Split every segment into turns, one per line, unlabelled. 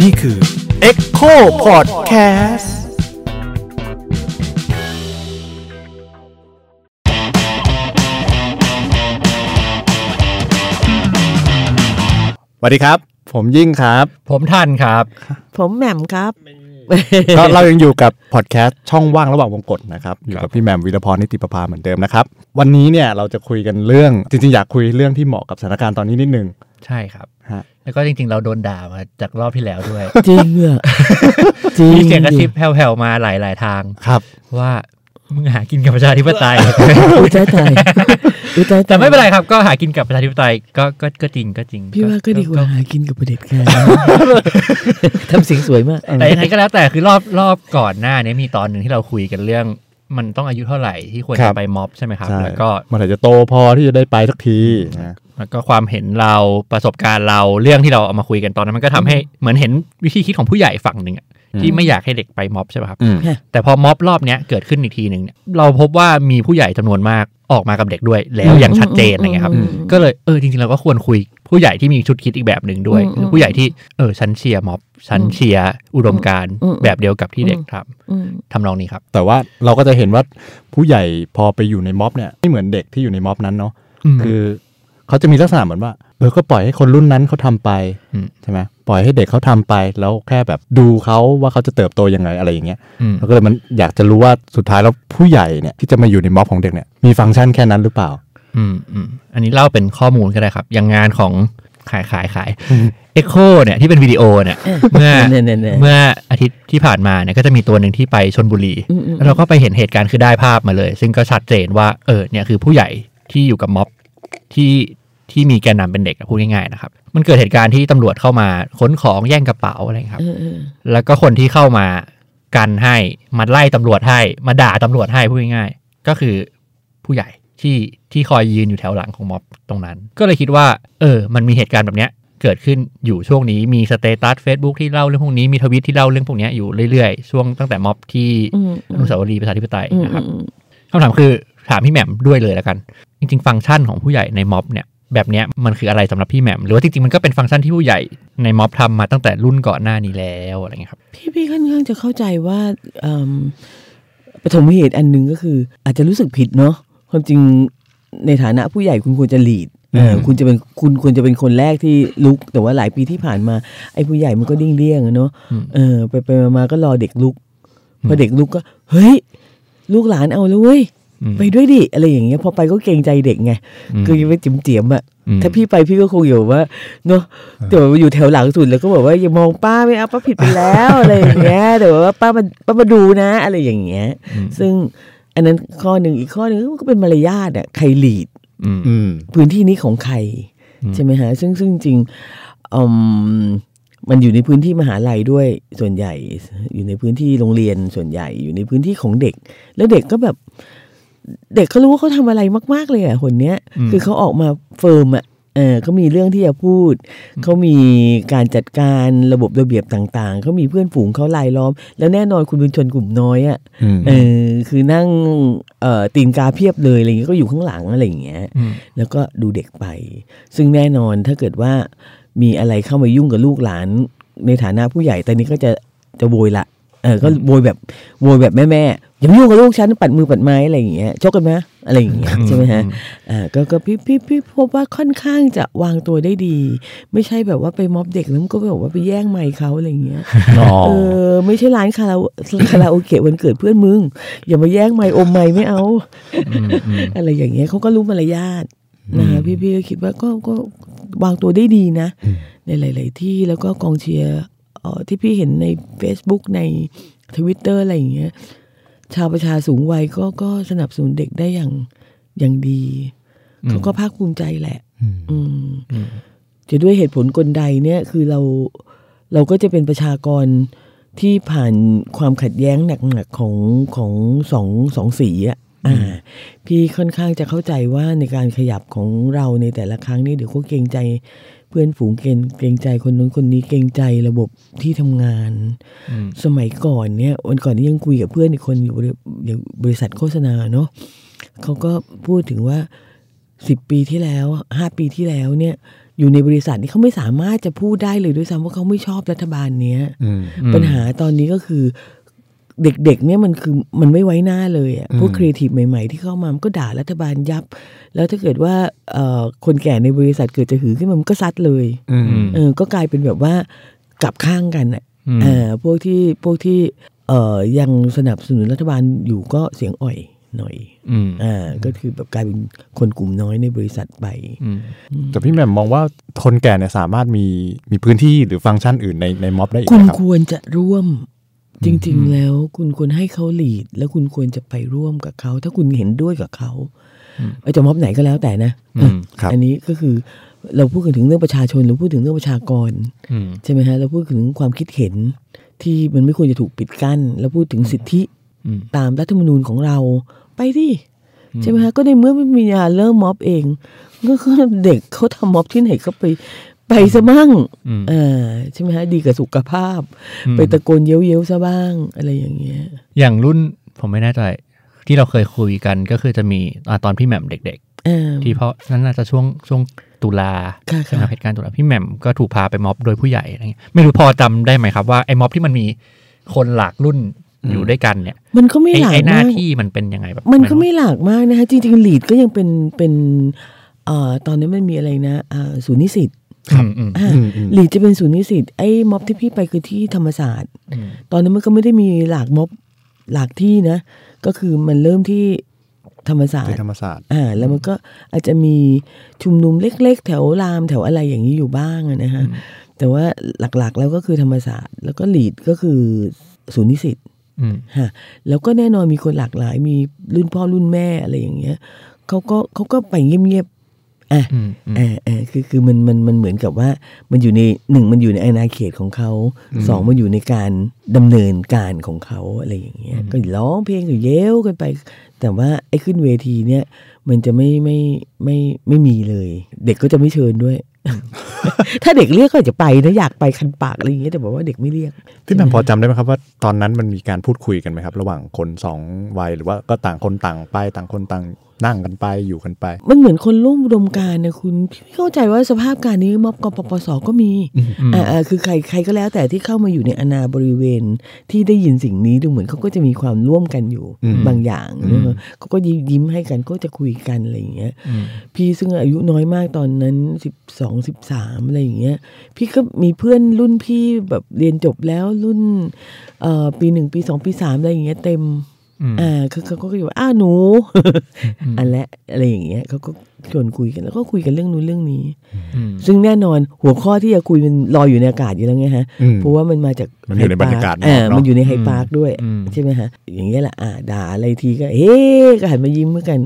นี่คือ Echo Podcast สวัสดีครับ ผมยิ่งครับ
ผมทันครับ
ผมแหม่มครับ
ก็เรายังอยู่กับพอดแคสต์ช่องว่างระหว่างวงกฏนะครับ อยู่กับพี่แหม่มวีรพรนิติประภาเหมือนเดิมนะครับ วันนี้เนี่ยเราจะคุยกันเรื่อง จริงๆ อยากคุยเรื่องที่เหมาะกับสถานการณ์ตอนนี้นิดนึง
ใช่ครับ
ฮะ
แล้วก็จริงๆ เราโดนด่ามาจากรอบที่แล้วด้วย
จริงอ่ะจริง
มีเสียงกระซิบแผ่วๆมาหลายๆทาง
ครับ
ว่ามึงหากินกับประชาธิป ไตย
อุยใจตายอุยใจาย
แต่ไม่เป็นไรครับก็หากินกับประชาธิปไตยก็ก็ก็จริงก็จริง
พี่ว่าก็ดีกว่าหากินกับประเด็จการ ทำเสียงสวยมาก
แต่ยังไงก็แล้วแต่คือรอบรอบก่อนหน้าเนี้มีตอนหนึ่งที่เราคุยกันเรื่อง มันต้องอายุเท่าไหร่ที่ควร
ครั
จะ
บ
ไปม็อบใช่ไหมครับ
ใช่
แล้วก็
มันอาจจะโตพอที่จะได้ไปสักทีนะ
แล้วก็ความเห็นเราประสบการณ์เราเรื่องที่เราเอามาคุยกันตอนนั้นมันก็ทำให้เหมือนเห็นวิธีคิดของผู้ใหญ่ฝั่งหนึ่งอะ
อืม
ที่ไม่อยากให้เด็กไปม็อบใช่ป่ะครับ
อืม
แต่พอม็อบรอบเนี้ยเกิดขึ้นอีกทีหนึ่งเนี่ยเราพบว่ามีผู้ใหญ่จำนวนมากออกมากับเด็กด้วยแล้วอย่างชัดเจนอะไรเงี้ยครับ
อืม
ก็เลยเออจริงๆเราก็ควรคุยผู้ใหญ่ที่มีชุดคิดอีกแบบหนึ่งด้วย
อืม
คือผู้ใหญ่ที่เออฉันเชียร์ม็อบฉันเชียร์อุดมการณ์
อืม
แบบเดียวกับที่เด็กท
อืม
ำทำนองนี้ครับ
แต่ว่าเราก็จะเห็นว่าผู้ใหญ่พอไปอยู่ในม็อบเนี่ยไม่เหมือนเด็กที่อยู่ในม็อบนั้นเนาะ
ม
คือเขาจะมีลักษณะเหมือนว่าเออก็ปล่อยให้คนรุ่นนั้นเขาทำไป
อืม
ใช่ไหมปล่อยให้เด็กเขาทำไป แล้วแค่แบบดูเขาว่าเขาจะเติบโตยังไงอะไรอย่างเงี้ย
ม
เราก็เลยมันอยากจะรู้ว่าสุดท้ายแล้วผู้ใหญ่เนี่ยที่จะมาอยู่ในม็อบของเด็กเนี่ยมีฟังก์ชันแค่นั้นหรือเปล่า
อืมอืมอันนี้เล่าเป็นข้อมูลก็ได้ครับ อย่างงานของขายขายขายเอ็กโคเนี่ยที่เป็นวิดีโอเนี่ยเมื่อ
เนี่ยเนี่ยเนี่ย
เมื่ออาทิตย์ที่ผ่านมาเนี่ยก็จะมีตัวหนึ่งที่ไปชนบุรี
อืมอืม
แล้วเราก็ไปเห็นเหตุการณ์คือได้ภาพมาเลย ซึ่งก็ชัดเจนว่าเออเนี่ยคือผู้ใหญ่ที่อยู่กับม็อบที่ที่มีแกนนำเป็นเด็กอะพูดง่ายๆนะครับ มันเกิดเหตุการณ์ที่ตำรวจเข้ามาค้นของแย่งกระเป๋าอะไรครับ
เออเออ
แล้วก็คนที่เข้ามากันให้มาไล่ตำรวจให้มาด่าตำรวจให้พูดง่ายๆก็คือผู้ใหญ่ที่ที่คอยยืนอยู่แถวหลังของม็อบตรงนั้น ก็เลยคิดว่า เออ มันมีเหตุการณ์แบบเนี้ยเกิดขึ้นอยู่ช่วงนี้มีสเตตัส Facebook ที่เล่าเรื่องพวกนี้มีทวิตที่เล่าเรื่องพวกเนี้ยอยู่เรื่อยๆ ช่วงตั้งแต่ม็อบที่
อืม
อนุสาวรีย์ประชาธิปไตย
อืม
นะครับ
อืม
คำถามคือถามพี่แหม่มด้วยเลยแล้วกัน จริง ๆ ฟังก์ชันของผู้ใหญ่ในม็อบเนี่ยแบบเนี้ยมันคืออะไรสำหรับพี่แหม่มหรือว่าจริงๆมันก็เป็นฟังก์ชันที่ผู้ใหญ่ในม็อบทำมาตั้งแต่รุ่นก่อนหน้านี้แล้วอะไรเงี้ยครับ
พี่พี่ค่อนข้างจะเข้าใจว่าเอิ่มปฐมเหตุอันหนึ่งก็คือ อาจจะรู้สึกผิดเนาะความจริงในฐานะผู้ใหญ่คุณควรจะหลีดเออ
อืม
คุณจะเป็นคุณควรจะเป็นคนแรกที่ลุก แต่ว่าหลายปีที่ผ่านมา ไอ้ผู้ใหญ่มันก็ดิ้งเลี่ยงอะเนาะ
อืม
เออไปไปมามาก็รอเด็กลุก พ
อื
อ
ม
เด็กลุกก็ เฮ้ย ลูกหลานเอาแล้วเว้ย
อืม
ไปด้วยดิอะไรอย่างเงี้ยพอไปก็เกรงใจเด็กไง
ม
คือยังไปจิ๋มเจียมๆอะ
อืม
ถ้าพี่ไปพี่ก็คงอยู่ว่าเนาะแต่ว่าอยู่แถวหลังสุดแล้วก็บอกว่าอย่ามองป้าไม่เอาป้าผิดไปแล้ว อะไรอย่างเงี้ย แต่ว่าป้ามาป้ามาดูนะ อะไรอย่างเงี้ย
อืม
ซึ่งอันนั้นข้อหนึ่งอีกข้อหนึ่งก็เป็นมารยาทอะใครหลีด
อืม
อืม
พื้นที่นี้ของใคร
อืม
ใช่ไหมฮะซึ่งซึ่งจริงๆอืมมันอยู่ในพื้นที่มหาลัยด้วยส่วนใหญ่ อยู่ในพื้นที่โรงเรียนส่วนใหญ่อยู่ในพื้นที่ของเด็ก แล้วเด็กก็แบบ เด็กเขารู้ว่าเขาทำอะไรมาก ๆ เลยอ่ะคนเนี้ย คือเขาออกมาเฟิร์มอ่ะเออเขามีเรื่องที่จะพูด เขามีการจัดการระบบระเบียบต่างๆ เขามีเพื่อนฝูงเขาลายล้อม แล้วแน่นอนคุณเป็นชนกลุ่มน้อยอ่ะ
อืม
เออคือนั่งเอ่อตีนกาเพียบเลยอะไรอย่างเงี้ยก็อยู่ข้างหลังอะไรอย่างเงี้ย
อืม
แล้วก็ดูเด็กไป ซึ่งแน่นอนถ้าเกิดว่ามีอะไรเข้ามายุ่งกับลูกหลาน ในฐานะผู้ใหญ่ตอนนี้ก็จะจะโวยละ เออ ก็โวยแบบโวยแบบแม่แม่ๆอย่ามายุ่งกับลูกฉันปัดมือปัดไม้อะไรอย่างเงี้ยชกกันไหมอะไรอย่างเงี้ยใช่ไหมฮะอ่าก็ก็พี่พี่พี่พบว่าค่อนข้างจะวางตัวได้ดี ไม่ใช่แบบว่าไปม็อบเด็กแล้วมันก็แบบว่าไปแย่งไมค์เขาอะไรอย่างเงี้ย
อ๋อ
เออไม่ใช่ร้านคาราโอคาราโอเกะวันเกิดเพื่อนมึง อย่ามาแย่งไมค์อมไมค์ไม่เอา
อืมอืม
อะไรอย่างเงี้ยเขาก็รู้มารยาทนะคะพี่พี่ก็คิดว่าก็ก็วางตัวได้ดีนะ ในหลาย ๆ ที่แล้วก็กองเชียร์เอ่อที่พี่เห็นใน Facebook ในทวิตเตอร์อะไรอย่างเงี้ยชาวประชาสูงวัยก็ก็สนับสนุนเด็กได้อย่างอย่างดี
อืม
เขาก็ภาคภูมิใจแหละ
อืม
อืม
อืม
จะด้วยเหตุผลกลใดเนี่ยคือเราเราก็จะเป็นประชากรที่ผ่านความขัดแย้งหนักๆของของสองสองสีอะอ่า พี่ค่อนข้างจะเข้าใจว่าในการขยับของเราในแต่ละครั้งนี่เดี๋ยวก็เกรงใจเพื่อนฝูงเกรงเกรงใจคนนู้นคนนี้เกรงใจระบบที่ทำงาน
อืม
สมัยก่อนเนี่ยวันก่อนนี่ยังคุยกับเพื่อนอีกคนอยู่บริเดี๋ยวบริษัทโฆษณาเนาะเขาก็พูดถึงว่าสิบปีที่แล้วห้าปีที่แล้วเนี่ย อยู่ในบริษัทนี่เขาไม่สามารถจะพูดได้เลยด้วยซ้ำว่าเขาไม่ชอบรัฐบาลเนี้ย
อืม
อืม
ปัญหาตอนนี้ก็คือ เด็กๆเนี่ยมันคือมันไม่ไว้หน้าเลยอะ
อืม
พวกครีเอทีฟใหม่ๆ ที่เข้ามามันก็ด่ารัฐบาลยับ แล้วถ้าเกิดว่าเอ่อคนแก่ในบริษัทเกิดจะหือขึ้นมามันก็ซัดเลย
อืม
อืม
เออก็กลายเป็นแบบว่ากลับข้างกันอะ
อืม
เอ่อพวกที่พวกที่เอ่อยังสนับสนุนรัฐบาลอยู่ก็เสียงอ่อยหน่อย
อืม
อ่าก็คือแบบกลายเป็นคนกลุ่มน้อยในบริษัทไป
อืม
แต่พี่แหม่มมองว่าคนแก่เนี่ยสามารถมีมีพื้นที่หรือฟังก์ชันอื่นในในม็อบได้อีก
คุณ
นะครับ
ควรจะร่วมจริง
อืม
ๆ แล้วคุณควรให้เขาหลีด แล้วคุณควรจะไปร่วมกับเขา ถ้าคุณเห็นด้วยกับเขาไอ้จะม็อบไหนก็แล้วแต่นะ
อืม
ครับ
อันนี้ก็คือเราพูดกันถึงเรื่องประชาชนเราพูดถึงเรื่องประชากร
อืม
ใช่ไหมฮะเราพูดถึงความคิดเห็นที่มันไม่ควรจะถูกปิดกั้นเราพูดถึงสิทธิ
อืม
ตามรัฐธรรมนูญของเราไปดิใช่ไหมฮะก็ในเมื่อไม่มียาเริ่มม็อบเอง ก็คือเด็กเขาทำม็อบที่ไหนก็ไปไปซะมั่ง
อืม
เอ่าใช่ไหมฮะดีกับสุขภาพ
อืม
ไปตะโกนเย้ยวๆซะบ้างอะไรอย่างเงี้ย
อย่างรุ่นผมไม่แน่ใจที่เราเคยคุยกันก็คือจะมีอ่าตอนพี่แหม่มเด็ก
อ่า
ๆ ที่เพราะนั่นน่าจะช่วงช่วงตุลา
ค่ะ
ใช่ไหม
ค่ะ
เหตุการณ์ตุลาพี่แหม่มก็ถูกพาไปม็อบโดยผู้ใหญ่อะไรเงี้ยไม่รู้พอจำได้ไหมครับว่าไอ้ม็อบที่มันมีคนหลากรุ่นอยู่ด้วยกันเนี่ย
มันก็ไม่
ไอ้
หลาก
ไอ้หน้าม
าก
ที่มันเป็นยังไงแบบ
มันก็ไม่หลากมากนะคะจริงๆลีดก็ยังเป็นเป็นเอ่อตอนนั้นมันมีอะไรนะอ่าศูนย์นิสิต
ครับอืม
อ่ะ
อืมอืม
หรือจะเป็นศูนย์นิสิตไอ้ม็อบที่พี่ไปคือที่ธรรมศาสตร์
อืม
ตอนนั้นมันก็ไม่ได้มีหลากม็อบหลากที่นะ ก็คือมันเริ่มที่ธรรมศาสต
ที่
ร์
ธรรมศาสตร์
อ่าแล้วมันก็อาจจะมีชุมนุมเล็ก ๆ แถวรามแถวอะไรอย่างนี้อยู่บ้างอะนะฮะแต่ว่าหลักๆแล้วก็คือธรรมศาสตร์ แล้วก็หลีดก็คือศูนย์นิสิต
อืม
ฮะแล้วก็แน่นอนมีคนหลากหลาย มีรุ่นพ่อรุ่นแม่อะไรอย่างเงี้ยเขาก็เขาก็ไปเงียบๆอ่ะ
อืมอืม
อ่าอ่าคือคือมันมันมันเหมือนกับว่ามันอยู่ในหนึ่งมันอยู่ในอาณาเขตของเขาสองมันอยู่ในการดำเนินการของเขาอะไรอย่างเงี้ยก็ร้องเพลงก็เย้วกันไป แต่ว่าไอ้ขึ้นเวทีเนี่ยมันจะไม่ไม่ไม่ไม่มีเลย เด็กก็จะไม่เชิญด้วย ถ้าเด็กเรียกก็อาจจะไปนะอยากไปคันปากอะไรอย่างเงี้ยแต่บอกว่าเด็กไม่เรียก
พี่แหม่มพอจำได้ไหมครับว่าตอนนั้นมันมีการพูดคุยกันไหมครับ ระหว่างคนสองวัยหรือว่าก็ต่างคนต่างไปต่างคนต่างนั่งกันไปอยู่กันไป
มันเหมือนคนร่วมอุดมการณ์นะคุณพี่ไม่เข้าใจว่าสภาพการณ์นี้ม็อบกปปสก็มี
อืม
อ่าอ่าคือใครใครก็แล้วแต่ที่เข้ามาอยู่ในอาณาบริเวณที่ได้ยินสิ่งนี้ดูเหมือนเขาก็จะมีความร่วมกันอยู่
อืม
บางอย่างนะฮะเขาก็ยิ้มยิ้มให้กันก็จะคุยกันอะไรอย่างเงี้ย
อืม
พี่ซึ่งอายุน้อยมากตอนนั้นสิบสองสิบสามอะไรอย่างเงี้ย พี่ก็มีเพื่อนรุ่นพี่แบบเรียนจบแล้วรุ่นเอ่อปีหนึ่งปีสองปีสามอะไรอย่างเงี้ยเต็ม
อืม
อ่าคือเขาก็อยู่อ้าหนู อันและอะไรอย่างเงี้ยเขาก็ชวนคุยกันแล้วก็คุยกันเรื่องนู้นเรื่องนี้
อืม
ซึ่งแน่นอนหัวข้อที่จะคุยมันลอยอยู่ในอากาศอยู่แล้วไงฮะ
อืม
เพราะว่ามันมาจาก
มันอยู่ในบรรยากาศ
อ่า
เนอะ
มันอยู่ในไฮพาร์คด้วย
อืม
ใช่ไหมฮะ อย่างเงี้ยแหละอ่าด่าอะไรทีก็เฮ้ก็หันมายิ้มเหมื่อนกัน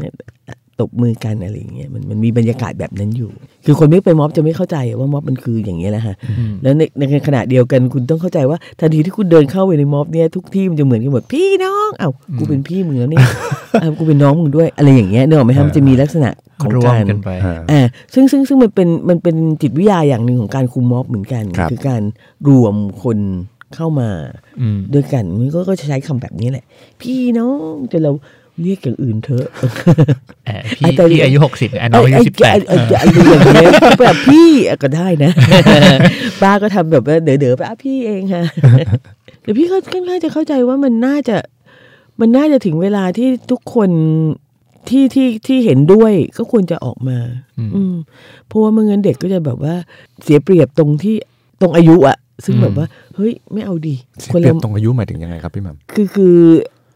ตบมือกันอะไรอย่างเงี้ยมันมันมีบรรยากาศแบบนั้นอยู่ คือคนไม่ไปม็อบจะไม่เข้าใจว่าม็อบมันคืออย่างเงี้ยแหละฮะแล้วในในขณะเดียวกันคุณต้องเข้าใจว่าทันทีที่คุณเดินเข้าไปในม็อบเนี่ยทุกที่มันจะเหมือนกันหมดพี่น้องเอ้ากูเป็นพี่มึงแล้วนี่ เอ้ากูเป็นน้องมึงด้วยอะไรอย่างเงี้ยเนกอะไหมฮะมันจะมีลักษณะของ
ร่ว
กาม ร
กันไป
อ่า
อ่าซึ่งซึ่งซึ่งมันเป็นมันเป็นจิตวิทยาอย่างหนึ่งของการคุมม็อบเหมือนกัน
ครับ
อการรวมคนเข้ามา
อืม
ด้วยกันมันก็ก็จะใช้คำแบบนี้แหละ พี่น้องจนเราเรียกอย่างอื่นเถอะ
เอ่อ
อ่ะ
พี่
แต่
พี่อายุหกสิบแอนน้องอายุสิบแปด
ไอ้ไอ้ไอ้ไอ้อย่างเงี้ยแบบพี่ก็ได้นะ ป้าก็ทำแบบว่าเด๋อๆไปอ่ะพี่เองค่ะ เดี๋ยวพี่ก็ค่อนข้างจะเข้าใจว่ามันน่าจะ มันน่าจะถึงเวลาที่ทุกคนที่ที่ที่เห็นด้วยก็ควรจะออกมา อืมเพราะว่าเมื่อเงินเด็กก็จะแบบว่าเสียเปรียบตรงที่ตรงอายุอะซึ่งแบบว่า เฮ้ยไม่เอาดี
สิ
คน
เปรีย
เรา
บตรงอายุหมายถึงยังไงครับพี่แหม่ม
คือคือ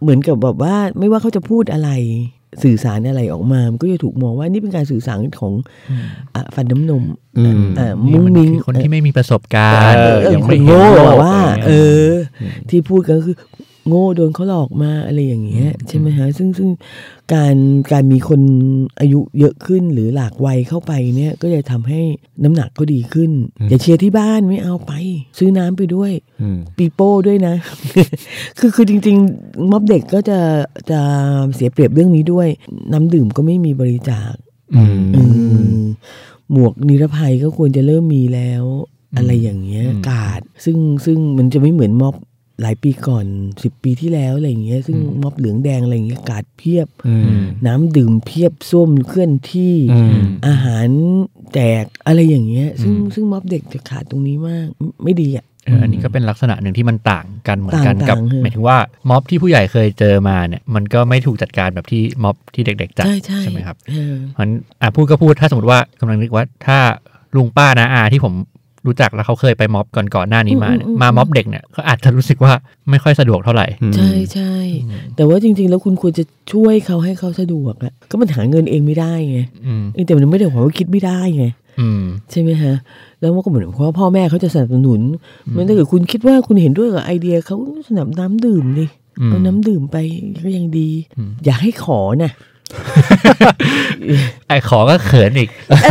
เหมือนกับแบบว่าไม่ว่าเขาจะพูดอะไรสื่อสารอะไรออกมา มันก็จะถูกมองว่านี่เป็นการสื่อสารของอ่ะฟันน้ำนม
อืม
อ่ะ
นี่
มุ้ง
น
มิ้ง
คือคนที่ไม่มีประสบการณ์
เออ
เออ
ยัง
ค
ไม่เห็
น
น
โง่
โลก
อะว่า
ะไรงี้ย
เออ ที่พูดก็คือ โง่โดนเขาหลอกมาอะไรอย่างเงี้ยใช่ไหมฮะซึ่งซึ่งการการมีคนอายุเยอะขึ้นหรือหลากวัยเข้าไปเนี่ย ก็จะทำให้น้ำหนักเขาดีขึ้น อย่าเชียร์ที่บ้านไม่เอาไป ซื้อน้ำไปด้วย
อืม
ปีโป้ด้วยนะ คือคือจริงๆม็อบเด็กก็จะจะเสียเปรียบเรื่องนี้ด้วย น้ำดื่มก็ไม่มีบริจาค
อืม
อืมหมวกนิรภัยก็ควรจะเริ่มมีแล้ว อะไรอย่างเงี้ย กาด ซึ่งซึ่งมันจะไม่เหมือนม็อบ หลายปีก่อนสิบปีที่แล้วอะไรอย่างเงี้ยซึ่ง
อืม
ม็อบเหลืองแดงอะไรอย่างเงี้ยกาดเพียบ
อืม
น้ำดื่มเพียบส้วมเคลื่อนที่
อืม
อาหารแจกอะไรอย่างเงี้ย ซึ่ง
อืม
ซึ่งม็อบเด็กจะขาดตรงนี้มากไม่ไม่ดีอ่ะ
เอออันนี้ก็เป็นลักษณะหนึ่งที่มันต่างกันเหมือนกัน
ต่างๆ
กับ
ค่ะ
หมายถึงว่าม็อบที่ผู้ใหญ่เคยเจอมาเนี่ยมันก็ไม่ถูกจัดการแบบที่ม็อบที่เด็ก ๆ จัด
ใช่ใช่
ไหมครับ
เออ
เพราะฉะนั้นอ่ะพูดก็พูดถ้าสมมติว่ากำลังนึกว่าถ้าลุงป้านะอาที่ผมรู้จักแล้วเขาเคยไปม็อบก่อนก่อนๆหน้านี้มาเนี่ย
อืมอืมอืม
มาม็อบเด็กเนี่ยก็อาจจะรู้สึกว่าไม่ค่อยสะดวกเท่าไหร่
อืม
ใช่ใช่แต่ว่าจริง ๆ แล้วคุณควรจะช่วยเขาให้เขาสะดวกอะก็มันหาเงินเองไม่ได้ไง
อืม
เออแต่มันไม่ได้หมายความว่าคิดไม่ได้ไง
อืม
ใช่ไหมฮะ แล้วมันก็เหมือนว่าพ่อแม่เขาจะสนับสนุนมันถ้าเกิดคุณคิดว่าคุณเห็นด้วยกับไอเดียเขาก็สนับน้ำดื่มดิ
อืม
เอาน้ำดื่มไปก็ยังดี
อืม
อย่าให้ขอนะ
ไอ้ขอก็เขินอีก
เอ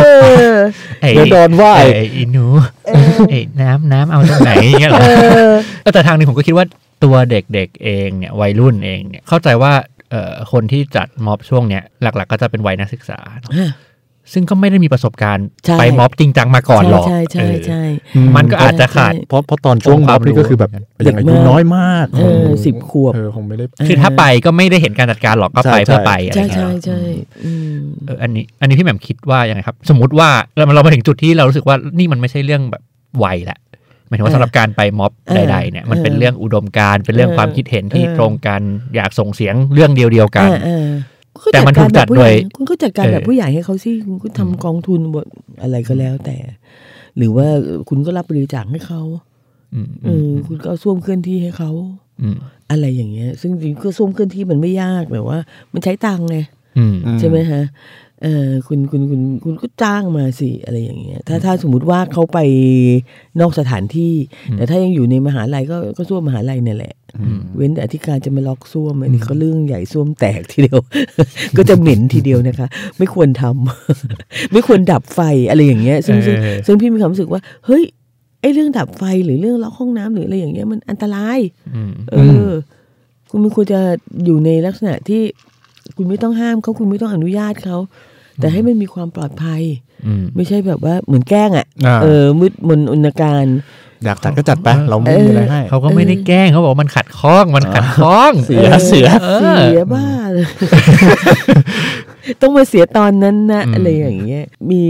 อ
ไอ้
เดี๋ยวโดนว่า
ไอ้
อีก
ไอ้อีหนูไอ้น้ำน้ำเอาตรงไหนอย่างเงี้ยเหรอ
เออ
เออแต่ทางหนึงผมก็คิดว่าตัวเด็กๆเองเนี่ยวัยรุ่นเองเนี่ยเข้าใจว่าเอ่อคนที่จัดม็อบช่วงเนี้ยหลักๆ ก็จะเป็นวัยนักศึกษาเนอะซึ่งก็ไม่ได้มีประสบการณ์
ใช่
ไปม็อบจริงจังมาก่อนหรอก
ใช่ใช่
เออ
ใช่
อืม
มันก็อาจจะขาด
เพราะเพราะตอนช่วง
องค์ค
ม็
วา
อ
ม
บ
รู้
นี่ก็คือแบบยังอายุน้อยมาก
เออสิบขวบ
เออคงไม่ได้
คือถ้าไปก็ไม่ได้เห็นการจัดการหรอกก็ไป
ใช่
เพื่อไปอะไร
ใช่
เงี้
ใช่
ย
ใช่อืม
เอออันนี้อันนี้พี่แหม่มคิดว่ายังไงครับ สมมติว่าเราเรามาถึงจุดที่เรารู้สึกว่านี่มันไม่ใช่เรื่องแบบวัยละหมายถึงว่า
เออ
สำหรับการไปม็อบ
เออ
ใดๆเนี่ยมันเป็น
เออ
เรื่องอุดมการณ์เป็นเรื่องความคิดเห็นที่
เออ
ตรงกันอยากส่งเสียงเรื่องเดียวๆกัน
เออเออ
แต่มันถูกจัด
คุณาร
โดย
แบบผู้ใหญ่คุณก็จัดการ
เออ
แบบผู้ใหญ่ให้เขาสิคุณก็ทำกองทุนบทอะไรก็แล้วแต่ หรือว่าคุณก็รับบริจาคให้เขา
อืม
เอ
อืม
อคุณก็เอาส้วมเคลื่อนที่ให้เขา
อืม
อะไรอย่างเงี้ย ซึ่งจริงๆก็ส้วมเคลื่อนที่มันไม่ยากแบบว่า มันใช้ตังค์ไง
อืม
ใช่ไหมฮะเออคุณคุณคุณคุณก็จ้างมาสิอะไรอย่างเงี้ย ถ้าถ้าสมมติว่าเขาไปนอกสถานที่
อืม
แต่ถ้ายังอยู่ในมหาลัยก็ก็ส้วมมหาลัยเนี่ยแหละ
อืม
เว้นแต่อธิการจะมาล็อกซ่วมอันนี้เขาเรื่องใหญ่ซ่วมแตกทีเดียว ก็จะเหม็นทีเดียวนะคะ ไม่ควรทำ ไม่ควรดับไฟอะไรอย่างเงี้ยซึ่งซึ่ง
เออ
ซึ่งพี่มีความรู้สึกว่า เฮ้ยไอ้เรื่องดับไฟหรือเรื่องล็อกห้องน้ำหรืออะไรอย่างเงี้ยมันอันตราย
อืม
เอออคุณมันควรจะอยู่ในลักษณะที่คุณไม่ต้องห้ามเขาคุณไม่ต้องอนุญาตเขาแต่ให้มันมีความปลอดภัย
อืม
ไม่ใช่แบบว่าเหมือนแกล้งอ่ะ
อ่า
เออมืดมนอนการ
อยากจัดก็จัดไป
เออ
เราไม่มีอะไรให้
เขาก็ไม่ได้แกล้งเขาบอกว่ามันขัดข้องมันขัดข้อง
เสียเสีย
เอ
เสี
อ
ยบ้า เลย ต้องมาเสียตอนนั้นนะ
อืม
อะไรอย่างเงี้ย มี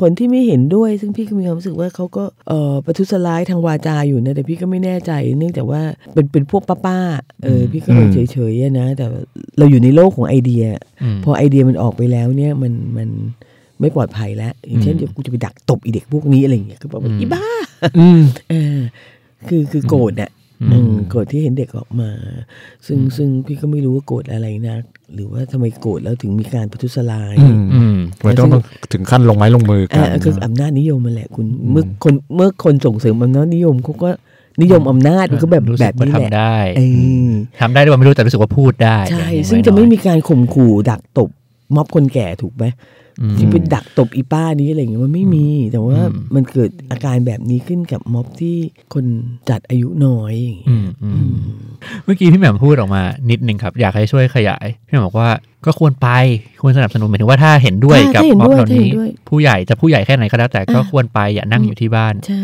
คนที่ไม่เห็นด้วย ซึ่งพี่ก็มีความรู้สึกว่าเขาก็เอ่อประทุษร้ายทางวาจาอยู่นะแต่พี่ก็ไม่แน่ใจ เนื่องจากว่าเป็นเป็นพวกป้าป้าๆเออพี่ก็เลย
อืม
เฉยๆอะนะแต่เราอยู่ในโลกของไอเดีย
ม
พอไอเดียมันออกไปแล้วเนี่ยมันมันไม่ปลอดภัยแล้วอย่างเช่น
อืม
เดี๋ยวกูจะไปดักตบอีเด็กพวกนี้อะไรอย่างเงี้ยก็บอกว่า
อืม
อีบ้า
อืม
เออคือคือโกรธน่ะ
อืม
อืมโกรธที่เห็นเด็กออกมา ซึ่งซึ่งพี่ก็ไม่รู้ว่าโกรธอะไรนะ หรือว่าทำไมโกรธแล้วถึงมีการประทุษร้าย
อืม
อืม
ไม่ต้องต้องถึงขั้นลงไม้ลงมือกั
อ่าน คืออำนาจนิยมมันแหละคุณเมื่อคนเมื่อคนส่งเสริมอำนาจนิยมเขาก็นิยมอำนาจมันก็แบบ
รู้
แบ
สึ
บ
กว่า
นี้แหละ
ทำได้
เออ
ทำได้หรือเปล่าไม่รู้แต่รู้สึกว่าพูดได้
ใช่
อย่าน้อยๆ
ซึ่งจะไม่มีการข่มขู่ดักตบม็อบคนแก่ถูกไหม
อืม
ที่ไปดักตบอีป้านี้อะไรอย่างเงี้ยมันไม่มี แต่ว่า
อืม
มันเกิดอาการแบบนี้ขึ้นกับม็อบที่คนจัดอายุน้อยอย่างเงี้ย
อืมอืมเมื่อกี้พี่แหม่มพูดออกมานิดนึงครับ อยากให้ช่วยขยาย พี่แหม่มบอกว่าก็ควรไปควรสนับสนุนหมายถึงว่าถ้าเห็นด้วย
ถ้า
กับ
ถ้าเห็น
ม็อบ
ด้วย
เหล่า
ถ้าเห็
นี้
นด้วย
ผู้ใหญ่จะผู้ใหญ่แค่ไหนก็แล้วแต่ก็
อ่ะ
ควรไปอย่านั่งอยู่ที่บ้าน
ใช่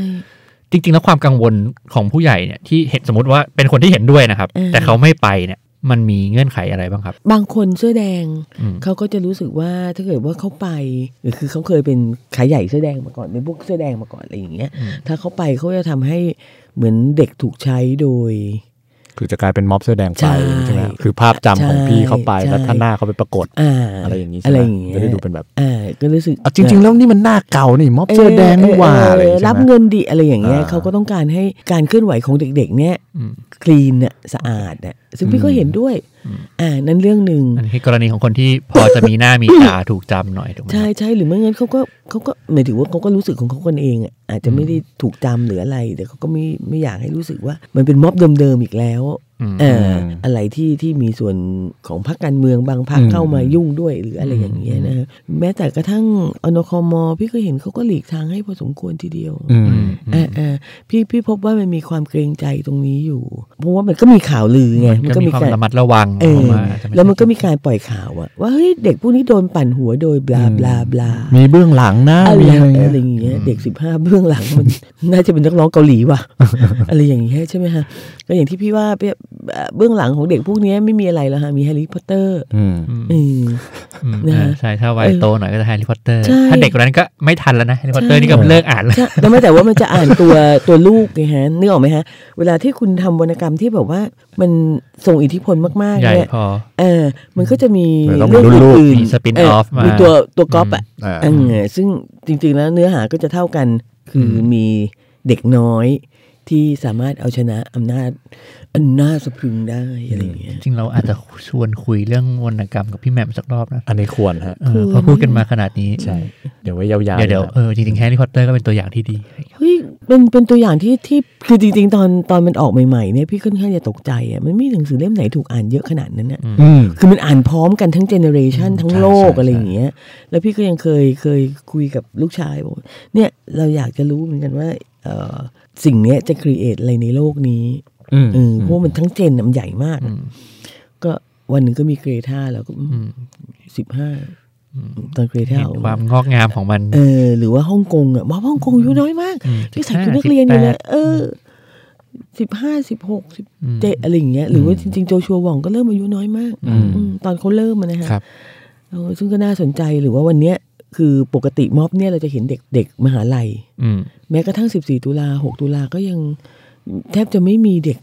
จริงๆ แล้วความกังวลของผู้ใหญ่เนี่ยที่เห็นสมมติว่าเป็นคนที่เห็นด้วยนะครับ
เออ
แต่เขาไม่ไปเนี่ย มันมีเงื่อนไขอะไรบ้างครับ
บางคนเสื้อแดง
อืม
เขาก็จะรู้สึกว่าถ้าเกิดว่าเขาไปหรือคือเขาเคยเป็นขายใหญ่เสื้อแดงมาก่อนเป็นพวกเสื้อแดงมาก่อนอะไรอย่างเงี้ย
อืม
ถ้าเขาไปเขาจะทำให้เหมือนเด็กถูกใช้โดย
คือจะกลายเป็นม็อบเสื้อแดงไป
ใช่
ใช่ไหมคือภาพจำของพี่เขาไป
ใช่
แล้วถ้าหน้าเขาไปปรากฏ
อ่า
อะไรอย่างนี้
อะ
ใช่
ไร
ไหม
อย่างเงี้ย
จะได้ดูเป็นแบบ
อ่าก็รู้สึก
อ่ะจริง ๆ แล้วนี่มันหน้าเก่านี่ม็อบเสื้อแดงนี่หว่าอะไรอย่าง
เออ
งี้ใช่
รับ
ไหม
เงินดีอะไรอย่างเงี้ย
อ่า
เขาก็ต้องการให้การเคลื่อนไหวของเด็กๆ เนี่ย
อืม
คลีนอะสะอาดอะซึ่งพี่ก็เห็นด้วย อ่านั้นเรื่องหนึ่ง
อันนี้คือกรณีของคนที่พอจะมีหน้ามีตาถูกจำหน่อยถูกไหมค
ใช่
รับ
ใช่หรือไม่งั้นเขาก็เขาก็หมายถึงว่าเขาก็รู้สึกของเขาคนเองอะอาจจะไม่ได้ถูกจำหรืออะไร แต่เขาก็ไม่ไม่อยากให้รู้สึกว่า มันเป็นม็อบเดิมๆอีกแล้ว
อืม
เอออ
ม
อะไรที่ที่มีส่วนของพรรคการเมืองบางพรรค
อืม
เข้ามายุ่งด้วยหรืออะไรอย่างเงี้ยนะฮะแม้แต่กระทั่งอนคมพี่ก็เห็นเขาก็หลีกทางให้พอสมควรทีเดียว
อืม
อืม
เออเออพี่พี่พบว่ามันมีความเกรงใจตรงนี้อยู่ เพราะว่ามันก็มีข่าวลือไง
มันก็มีความ
การ
ระมัดระวัง
เออ
เข้ามาใช่ไห
แล้วมันก็มีการปล่อยข่าวอะว่าเฮ้ยเด็กพวกนี้โดนปั่นหัวโดยบลา
อืม
บลาบลา
มีเบื้องหลังนะ
อะไร
มีอะไรเงี้
อะไร
ย
อย่างเงี้ยเด็กสิบห้าเบื้องหลังมัน น่าจะเป็นนักร้องเกาหลีว่ะ อะไรอย่างเงี้ยใช่ไหมฮะก็อย่างที่พี่ว่าเนี่ยเบื้องหลังของเด็กพวกเนี้ยไม่มีอะไรแล้วฮะมีแฮร์รี่พอตเตอร์
อืม
อืม
อืม
อืม
นะฮะ
อ่าใช่ถ้าวัยโตหน่อยก็จะแฮร์รี่พอตเตอร์
ใช่
ถ้าเด็กกว่านั้นก็ไม่ทันแล้วนะแฮร์รี่พอตเตอร์
ใช่
นี่ก็เลิกอ่านแล้ว
ใช่แล้วไม่แต่ว่ามันจะอ่านตัว ตัวลูกไงฮะนึกออกไหมฮะ เวลาที่คุณทำวรรณกรรมที่แบบว่า มันส่งอิทธิพลมากๆ
ใหญ่
เนี่ย
พอ
เออมันก็จะมี
เออต้องมี
เรื่อง
รุ่นลูก
อื่น
มี
ๆ
spin
เ
off มามี
ตัวตัวก๊อปอะ
อ่า
เออซึ่งจริงๆแล้วเนื้อหาก็จะเท่ากัน คืออมีเด็กน้อยที่สามารถเอาชนะอำนาจอำนาจสะพรึงได้อะไรอย่างเงี้ย
จริงเราอาจจะชวนคุยเรื่องวรรณกรรมกับพี่แหม่มสักรอบนะ
อันนี้ควรฮะ
เออเพราะพูดกันมาขนาดนี้
ใช่ เดี๋ยวไว้ยาวๆ
เดี๋ยวเดี๋ยว
นะค
เอ
รับ
อจริงๆแฮร์รี่พอตเตอร์ก็เป็นตัวอย่างที่ดี
เฮ้ยเป็นเป็นตัวอย่างที่ที่คือจริงๆ ตอนตอนมันออกใหม่ๆเนี่ยพี่ค่อนข้างจะตกใจอ่ะมันไม่มีหนังสือเล่มไหนถูกอ่านเยอะขนาดนั้นอ่ะ
อืม
คือมันอ่านพร้อมกันทั้งเจเนอเรชันทั้งโลกอะไรอย่างเงี้ย แล้วพี่ก็ยังเคยเคยคุยกับลูกชายบอกว่าเนี่ยเราอยากจะรู้เหมือนกันว่าเอ่อสิ่งเนี้ยจะครีเอทอะไรในโลกนี้
อืม
เออเพราะว่ามันทั้งเจนน่ะมันใหญ่มากอะ
อืม
ก็วันหนึ่งก็มีเกรธาแล้วก็
อืม
สิบห้าตอนเกรธา
เห็น
ออก
ความงอกงามของมัน
เออ หรือว่าฮ่องกงอ่ะมาฮ่องกงอายุน้อยมาก
อืม
ที่ใส่
15
ชุดนักเรียนอยู่เลย
18
เออสิบห้าสิบหกสิบเจ็ดอะไรอย่างเงี้ยหรือว่าจริงๆโจชัวหว่องก็เริ่มอายุน้อยมาก
อืม
อืมตอนเขาเริ่มอะนะฮะ
ครับ
เออซึ่งก็น่าสนใจหรือว่าวันเนี้ยคือปกติม็อบเนี่ยเราจะเห็นเด็กเด็กมหาลัย
อืม
แม้กระทั่งสิบสี่ตุลาหกตุลาก็ยัง แทบจะไม่มีเด็ก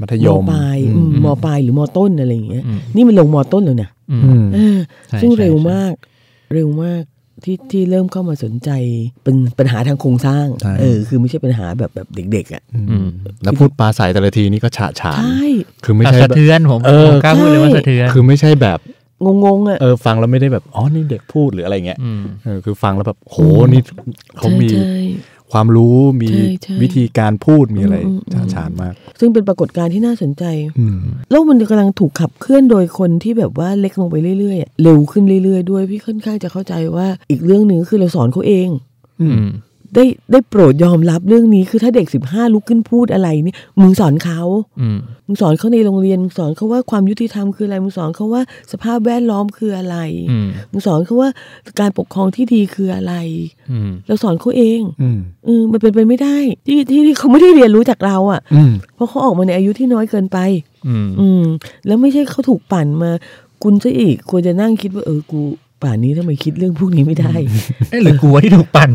มัธยม
ปลาย
อื
อื
ม
มมปลายหรือมต้นอะไรอย่างเงี้ย
อืม
นี่มันลงมต้นแล้วนะ
อืม
เออ
ใช่
ซึ่ง
ใช่
เร็วมาก เร็วมากที่ที่เริ่มเข้ามาสนใจเป็นปัญหาทางโครงสร้าง
ใช่
เออ คือไม่ใช่ปัญหาแบบแบบเด็ก ๆ อ่ะ
อืม
แล้วพูดปลาใสแต่ละทีนี่ก็ฉะฉาน
ใช่
คือไม่ใช่
สะ
แบบ
เทือนผม
เออ
ผมกล้าพูดเลยว่าสะเทือน
คือไม่ใช่แบบ
งงๆอ่ะ
เออฟังแล้วไม่ได้แบบอ๋อนี่เด็กพูดหรืออะไรเงี้ย
ม
เออคือฟังแล้วแบบโห
อืม
นี่เขามี
ใช่
ความรู้มี
ใช่ใช่
วิธีการพูดมีอะไร
อืมอืม
ฉะฉานมาก
ๆซึ่งเป็นปรากฏการณ์ที่น่าสนใจ
อืม
แล้วมันกำลังถูกขับเคลื่อนโดยคนที่แบบว่าเล็กลงไปเรื่อยๆอะเร็วขึ้นเรื่อย ๆ ด้วยพี่ค่อนข้างจะเข้าใจว่าอีกเรื่องหนึ่งคือเราสอนเขาเอง
อืม
ได้ได้โปรดยอมรับเรื่องนี้คือถ้าเด็กสิบห้าลุกขึ้นพูดอะไรเนี่ยมึงสอนเขา
อืม
มึงสอนเขาในโรงเรียนมึงสอนเขาว่าความยุติธรรมคืออะไรมึงสอนเขาว่าสภาพแวดล้อมคืออะไร
อืม
มึงสอนเขาว่าการปกครองที่ดีคืออะไร
อืม
เราสอนเขาเอง
อืม
เออมันเป็นไปไม่ได้ที่ที่ที่เขาไม่ได้เรียนรู้จากเราอะ่ะ
อืม
เพราะเขาออกมาในอายุที่น้อยเกินไป
อืม
อืม แล้วไม่ใช่เขาถูกปั่นมา คุณซะอีกควรจะนั่งคิดว่าเออกูป่านนี้ทำไมคิดเรื่องพวกนี้ไม่ ได้
เอ้ยหรือกลัวที่ถูกปั่น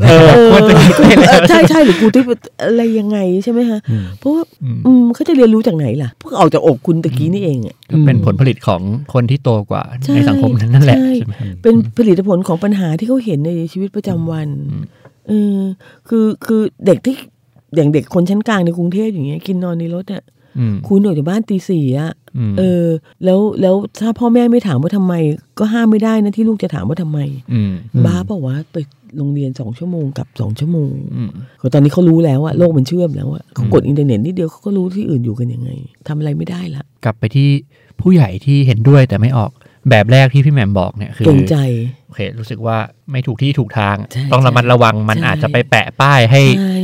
ควรจะคิดไปแล้ว
เออใช่ใช่หรือกูที่อะไรยังไงใช่ไหมฮะเพราะว่า
อืม
อืมเขาจะเรียนรู้จากไหนล่ะเพิ่งออกจากอกคุณตะกี้นี่เองอะ
ก็เป็นผลผลิตของคนที่โตกว่า
ใช่
ในสังคมนั้นนั่นแหละ
ใช่
ใช่ไหม
เป็นผลิตผลของปัญหาที่เขาเห็นในชีวิตประจำวันเออคือคือเด็กที่อย่างเด็กคนชั้นกลางในกรุงเทพอย่างเงี้ยกินนอนในรถอ่ะ
อืม
คุณออกจากบ้านตีสี่อ่ะ
ม
เออ แล้วแล้วถ้าพ่อแม่ไม่ถามว่าทำไม ก็ห้ามไม่ได้นะที่ลูกจะถามว่าทำไม
ม
อืม
บ้าเปล่าวะไปโรงเรียนสองชั่วโมงกลับสองชั่วโมง
อืม
คือตอนนี้เขารู้แล้วอะโลกมันเชื่อมแล้วอะเขากดอินเทอร์เน็ตนิดเดียวเขาก็รู้ที่อื่นอยู่กันยังไงทำอะไรไม่ได้ละ
กลับไปที่ผู้ใหญ่ที่เห็นด้วยแต่ไม่ออกแบบแรกที่พี่แหม่มบอกเนี่ยคือ
เกรงใจ
โอเค รู้สึกว่าไม่ถูกที่ถูกทาง
ใช่
ต้องระมัดระวังมัน
ใช่
อาจจะไปแปะป้ายให้
ใช่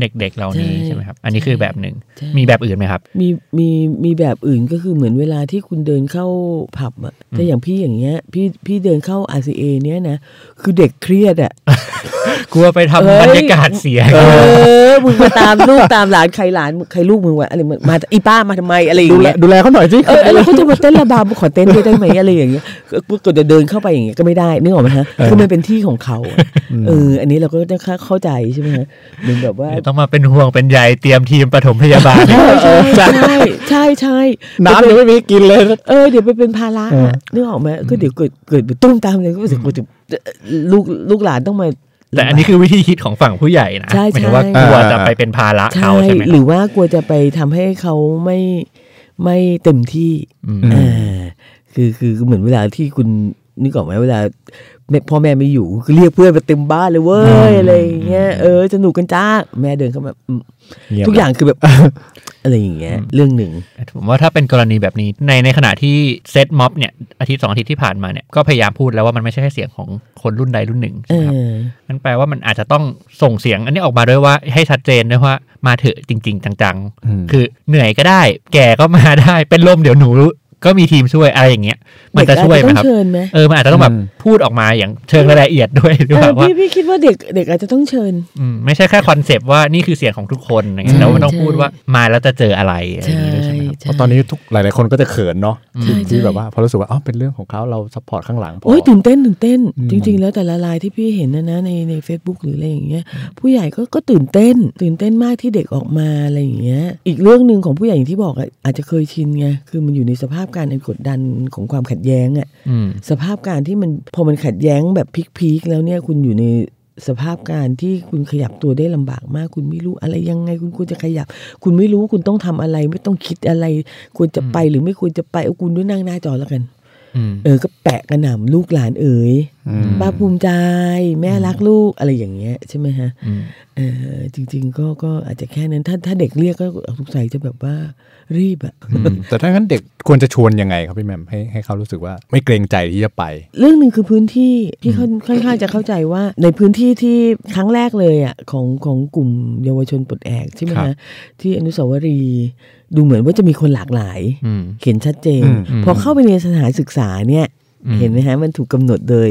เด็กๆเหล่านี้
ใช่
ใช่ไหมครับ อันนี้คือแบบหนึ่ง
ใช่
มีแบบอื่นไหมครับ
มีมีมีแบบอื่นก็คือเหมือนเวลาที่คุณเดินเข้าผับอะถ้าอย่างพี่อย่างเงี้ย พี่พี่เดินเข้า RCA เนี้ยนะ คือเด็กเครียด อะ
กลัวไปทำ
เอ้ย
บรรยากาศเสีย
เออ มึงมาตามลูกตามหลานใครหลานใครลูกมึงวะอะไรมึงมาอีป้ามาทำไมอะไรอย่า
ดู
ง
แล
เงี้ย
ดูแลเขาหน่อยสิ
เออแล้วก็จะมาเต้นระบำขอเต้นด้วยได้ไหมอะไรอย่างเงี้ยกูกดจะเดินเข้าไปอย่างเงี้ยก็ไม่ได้นึกออกไหมฮะคือมันเป็นที่ของเขาอะเออ อันนี้เราก็จะเข้าใจใช่ไหมฮะเหมือนแบบว่า
เดี๋ยวต้องมาเป็นห่วงเป็นใยเตรียมทีมปฐมพยา บาล
ใช่ใช่ใช่ใช่
น้ำยังไม่มีกินเลย
เออเดี๋ยวไปเป็นภาระ
เออ
อะนึกออกไหมก็เดี๋ยวเกิดเกิดไปตุ้มตามเลยก็รู้สึกว่าจะลูกลูกหลานต้องมา
แต่อันนี้คือวิธีคิดของฝั่งผู้ใหญ่นะ
ใช่
หมายถึง
ใช่
ว่ากลัวจะไปเป็นภาระเขา
ใช่
ใช่ไหมค
ห
รับ
รือว่ากลัวจะไปทำให้เขาไม่ไม่เต็มที่
อืม
อ่าคือคือคือเหมือนเวลาที่คุณ นึกออกไหมเวลาแม่พ่อแม่ไม่อยู่ก็เรียกเพื่อนมาเต็มบ้านเลยเว้ยอะไรอย่างเงี้ยเออสนุกกันจ้าแม่เดินเข้ามาอืม
เงีบ
ทุกอย่างคือแบบ อะไรอย่างเงี้ยเรื่องหนึ่ง
ผมว่าถ้าเป็นกรณีแบบนี้ในในขณะที่เซตม็อบเนี่ยอาทิตย์สองอาทิตย์ที่ผ่านมาเนี่ยก็พยายามพูดแล้วว่ามันไม่ใช่แค่เสียงของคนรุ่นใดรุ่นหนึ่ง
เอ
ใช่ไหมครับ
อ
นั่นแปลว่ามันอาจจะต้องส่งเสียงอันนี้ออกมาด้วยว่าให้ชัดเจนด้วยว่ามาเถอะจริง ๆ จัง
ม
ๆ คือเหนื่อยก็ได้ แก่ก็มาได้เป็นลมเดี๋ยวหนูก็มีทีมช่วยอะไรอย่างเงี้ยมันจะช่วยไหมครับ
เด็กอาจจะต้องเชิญไหม
เออมันอาจจะต้องแบบ
อืม
พูดออกมาอย่างเชิงรายละเอียดด้วยหรือเปล่า
เออ
ว่า
พี่พี่คิดว่าเด็กเด็กอาจจะต้องเชิญ
อืมไม่ใช่แค่คอนเซปต์ว่านี่คือเสียงของทุกคนอะไรเงี้
ใช่
ยแล้วมันต้อง
ใช่
พูดว่ามาแล้วจะเจออะไรอะไรอย่างงี้ด้วยใช่ไหมค
เพ
รับ
ราะตอนนี้ทุกหลายๆคนก็จะเขินเนาะ
ใช่
ที่
ใช่
ที่แบบว่าพอรู้สึกว่าอ๋อเป็นเรื่องของเขาเราซัพพอร์ตข้างหลังพอ
โอ้ยตื่นเต้นตื่นเต้น
อืม
จริง ๆ แล้วแต่ละรายที่พี่เห็นนะนะในใน Facebook หรืออะไรอย่างเงี้ยผู้ใหญ่ก็ก็ตื่นเต้น ตื่นเต้นมากที่เด็กออกมาอะไรอย่างเงี้ยอีกเรื่องหนึ่งของผู้ใหญ่อย่างที่บอกอะอาจจะเคยชินไงคือมันอยู่ในสภาพการอันกดดันของความขัดแย้งอะ
อืม
สภาพการที่มันพอมันขัดแย้งแบบพีคๆแล้วเนี่ยคุณอยู่ในสภาพการที่คุณขยับตัวได้ลำบากมาก คุณไม่รู้อะไรยังไงคุณควรจะขยับ คุณไม่รู้คุณต้องทำอะไร ไม่ต้องคิดอะไร ควรจะไปหรือไม่ควรจะไปเอาคุณด้วยนั่งหน้าจอแล้วกัน
อืม
เออ ก็แปะกระหน่ำลูกหลานเอ๋ย
อืม
ป้าภูมิใจ แม่รักลูกอะไรอย่างเงี้ยใช่ไหมฮะ
อืม
เออจริง ๆ ก็ก็อาจจะแค่นั้นถ้าถ้าเด็กเรียกก็สงสัยจะแบบว่ารีบอะ
อืมแต่ถ้างั้นเด็กควรจะชวนยังไงครับพี่แหมมให้ให้เขารู้สึกว่าไม่เกรงใจที่จะไป
เรื่องหนึ่งคือพื้นที่ที่ค่อนค่อนข้างจะเข้าใจว่า ในพื้นที่ที่ครั้งแรกเลยอะของของกลุ่มเยาวชนปลดแอกใช่ไหม
ครั
ฮะ
บ
ที่อนุสาวรีย์ดูเหมือนว่าจะมีคนหลากหลาย
อืม
เขียนชัดเจน
อืม
พอเข้าไปในสถานศึกษาเนี่ย
อืม
เห็นไหมฮะมันถูกกำหนดโดย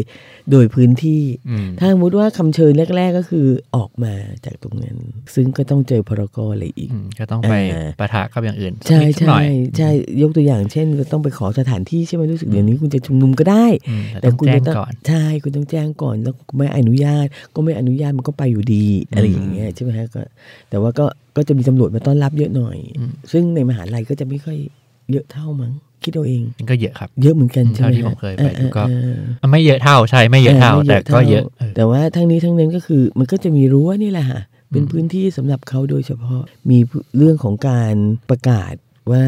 โดยพื้นที่
อืม
ถ้าสมมติว่าคำเชิญแรก ๆ ก็คือออกมาจากตรงนั้น ซึ่งก็ต้องเจอพรกอะไรอีก
อืม ก็ต้องไป
เออ
ปะทะกับอย่างอื่น
ใช่
นิด
ใช่
หน่อย
ใช่ยกตัวอย่างเช่นก็ต้องไปขอสถานที่ใช่ไหมรู้สึกเดี๋ยวนี้คุณจะชุมนุมก็ได้
อืมแต่ต้อง
คุณ
แจ้ง
จะต้อง
ก่อน
ใช่คุณต้องแจ้งก่อนแล้วไม่อนุญาต ก็ไม่อนุญาตมันก็ไปอยู่ดีอะไรอย่างเงี้ยใช่ไหมฮะก็แต่ว่าก็ก็จะมีตำรวจมาต้อนรับเยอะหน่อย
อืม
ซึ่งในมหาลัยก็จะไม่ค่อยเยอะเท่ามั้งคิดเอาเอง
มันก็เยอะครับ
เยอะเหมือนกันใช่ไหม
เท่าที่ผม
ฮะ
เคยไปดูก็
เออเออ
อ่ะไม่เยอะเท่าใช่ไม่เยอะเท่า
ไม่
แต่ก็เยอะ
ท่าแต่ว่าทั้งนี้ทั้งนั้นก็คือมันก็จะมีรั้วนี่แหละค่ะเป็นพื้นที่สำหรับเขาโดยเฉพาะมีเรื่องของการประกาศว่า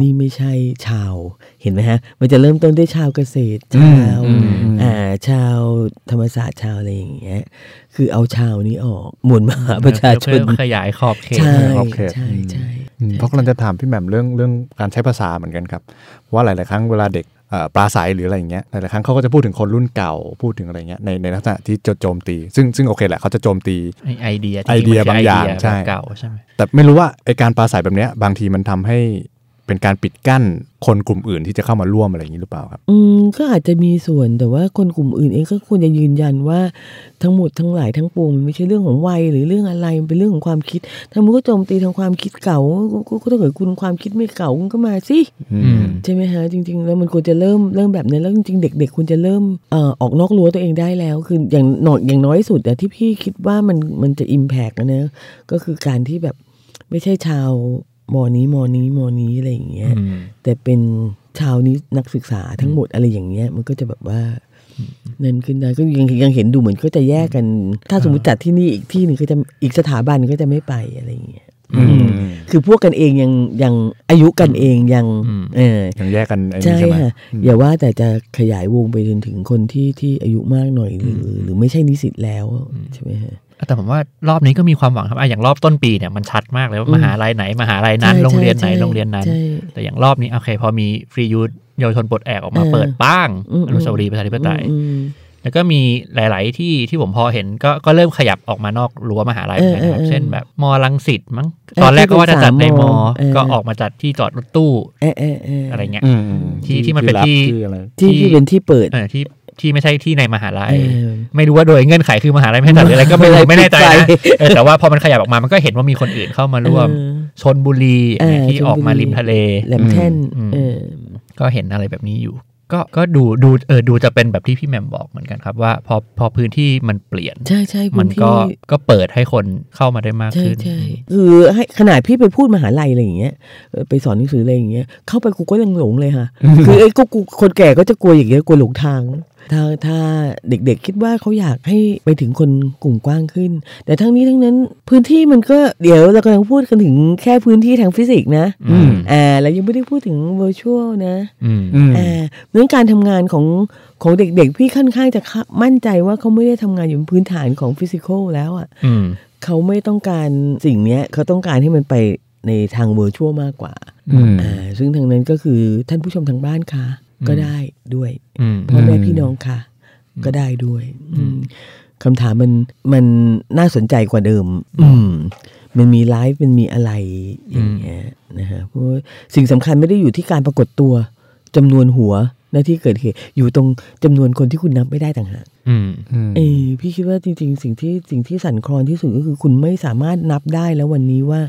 นี่ไม่ใช่ชาวเห็นไหมฮะ มันจะเริ่มต้นด้วยชาวเกษตรชาว
อืมอืม
อ่าชาวธรรมศาสตร์ชาวอะไรอย่างเงี้ยคือเอาชาวนี้ออกหมวลมหา
เออ
ประชาช
เพื่
น
อขยายขอบเขต
ใช่
ขอบเขต
ใช่ใช่
อืมเพราะกำลังจะถามพี่แหม่มเรื่องเรื่องการใช้ภาษาเหมือนกันครับเพราะว่าหลาย ๆ ครั้งเวลาเด็กเอ่อปราศัยหรืออะไรอย่างเงี้ยหลาย ๆ ครั้งเขาก็จะพูดถึงคนรุ่นเก่าพูดถึงอะไรเงี้ยในในลักษณะที่จะโจมตี ซึ่งซึ่งโอเคแหละเขาจะโจมตี
ไอ้ไอเดีย
ไอเดีย
จริๆมันคื
บางอย่าง
ไเดี
ใช่
แบบเก่าใช่ไหม
แต่ไม่รู้ว่าไอการปราศัยแบบเนี้ยบางทีมันทำให้เป็นการปิดกั้นคนกลุ่มอื่นที่จะเข้ามาร่วมอะไรอย่างนี้หรือเปล่าครับ
อืมก็อาจจะมีส่วนแต่ว่าคนกลุ่มอื่นเองก็ควรจะยืนยันว่าทั้งหมดทั้งหลายทั้งปวงมันไม่ใช่เรื่องของวัยหรือเรื่องอะไรมันเป็นเรื่องของความคิดถ้ามึงก็โจมตีทางความคิดเก่าก็ก็ก็ถ้าเกิดคุณความคิดไม่เก่าคุณก็มาสิ
อืม
ใช่ไหมฮะจริง ๆ แล้วมันควรจะเริ่มเริ่มแบบนั้นแล้วจริงๆ เด็ก ๆควรจะเริ่มเอ่อออกนอกรั้วตัวเองได้แล้ว คืออย่างหน่อยอย่างน้อยสุดอะที่พี่คิดว่ามันมันจะอิมแพกนะก็คือการที่แบบไม่ใช่ชาวมอนี้มอนี้มอนี้อะไรอย่างเงี้ย
อืม
แต่เป็นชาวนี้นักศึกษาทั้งหมดอะไรอย่างเงี้ย มันก็จะแบบว่านั่นขึ้นได้ก็ยังยังเห็นดูเหมือนก็จะแยกกัน ถ้าสมมติจัดที่นี่อีกที่หนึ่งก็จะอีกสถาบันก็จะไม่ไปอะไรอย่างเงี้ย
อืม
คือพวกกันเองยังยังอายุกันเองยัง
อืม
เออ
ยังแยกกันไอ้นี่
ใช่
ใช่ไหม
ค่ะอย่าว่าแต่จะขยายวงไปจนถึงคนที่ที่อายุมากหน่อยหรืออหรือไม่ใช่นิสิตแล้วใช่ไหมฮะ
แต่ผมว่ารอบนี้ก็มีความหวังครับอ่ะอย่างรอบต้นปีเนี่ยมันชัดมากเลยว่า
อืม
มหาลัยไหนมหาลัยนั้น
ใช่
โรงเรียนไหน
ใช่
โรงเรียนนั้น
ใช่
แต่อย่างรอบนี้โอเค พอมีฟรียูทเยาวชนปลดแอกออกมา
เออ
เปิดบ้าง
อืม
อนุสาวรีย์ประชาธิปไตย
อืม
แล้วก็มีหลาย ๆ ที่ที่ผมพอเห็นก็ก็เริ่มขยับออกมานอกรั้วมหาลัย
เอ
เหมื
อ
อนกันนะครับ
เออ
เช่นแบบมอลังสิตมั้ง
เออ
ตอนแรกก็ว่าจะจัดในมอ
ที่เป็นสามมอเออ
ก็ออกมาจัดที่จอดรถตู้
เออเออเออ
อะไรเงี้ย
อืมอืม
ที่ที่มันเป็นที่
รับอะไร
ที่ที่เป็นที่เปิด
เออที่ที่ไม่ใช่ที่ในมหาลัย
เออ
ไม่รู้ว่าโดยเงื่อนไขคือมหาลัยไม่ให้จัดหรืออะไรก็ไม่รู้ไม่แน่ใจนะ
ไม่ได้ปิดไฟ
เออแต่ว่าพอมันขยับออกมามันก็เห็นว่ามีคนอื่นเข้ามาร่วม
เออ
ชนบุรีอย่างเงี้ย
เออ
ที่ออกมา
ชลบุรี
ริมทะเล
แหลมแท่น
อืม
เออ
ก็เห็นอะไรแบบนี้อยู่ ก็ก็ดูดูเออดูจะเป็นแบบที่พี่แหมมบอกเหมือนกันครับว่าพอพอพื้นที่มันเปลี่ยน
ใช่ใช่พื้
มัน
น
ก็
ที่
ก็เปิดให้คนเข้ามาได้มาก
ใช่
ขึ้น
ใช่คือให้ขนาดพี่ไปพูดมหาลัยอะไรอย่างเงี้ยเออไปสอนหนังสืออะไรอย่างเงี้ยเข้าไปกูก็ยังหลงเลยค่ะ คือไอ้กูกูคนแก่ก็จะกลัวอย่างเงี้ยกลัวหลงทาง ถ้าถ้าเด็กๆ คิดว่าเขาอยากให้ไปถึงคนกลุ่มกว้างขึ้น แต่ทั้งนี้ทั้งนั้นพื้นที่มันก็เดี๋ยวเรากำลังพูดกันถึงแค่พื้นที่ทางฟิสิกส์นะ
อืม
อ่าเรายังไม่ได้พูดถึง virtual นะ
อืม
อืม
อ่าเรื่องการทำงานของของเด็กๆ พี่ค่อนข้างจะค่ะมั่นใจว่าเขาไม่ได้ทำงานอยู่บนพื้นฐานของฟิสิกอลแล้วอ่ะ
อืม
เขาไม่ต้องการสิ่งเนี้ยเขาต้องการให้มันไปในทางเวอร์ชวลมากกว่า
อืม
อ่า ซึ่งทางนั้นก็คือท่านผู้ชมทางบ้านค่ะ ก็
อืม
ได้ด้วย
อืม
พ่อแม่
อืม
พี่น้องค่ะ ก็ได้ด้วย
อืม
อืมคำถามมันมันน่าสนใจกว่าเดิม อืม มันมีไลฟ์มันมีอะไรอย่างเงี้ยนะฮะเพราะว่าสิ่งสำคัญไม่ได้อยู่ที่การปรากฏตัวจำนวนหัวหน้าที่เกิดเหตุอยู่ตรงจำนวนคนที่คุณนับไม่ได้ต่างหาก
อืม
อืม
เออพี่คิดว่าจริงๆ สิ่งที่สิ่งที่สั่นคลอนที่สุดก็คือคุณไม่สามารถนับได้แล้ววันนี้ว่า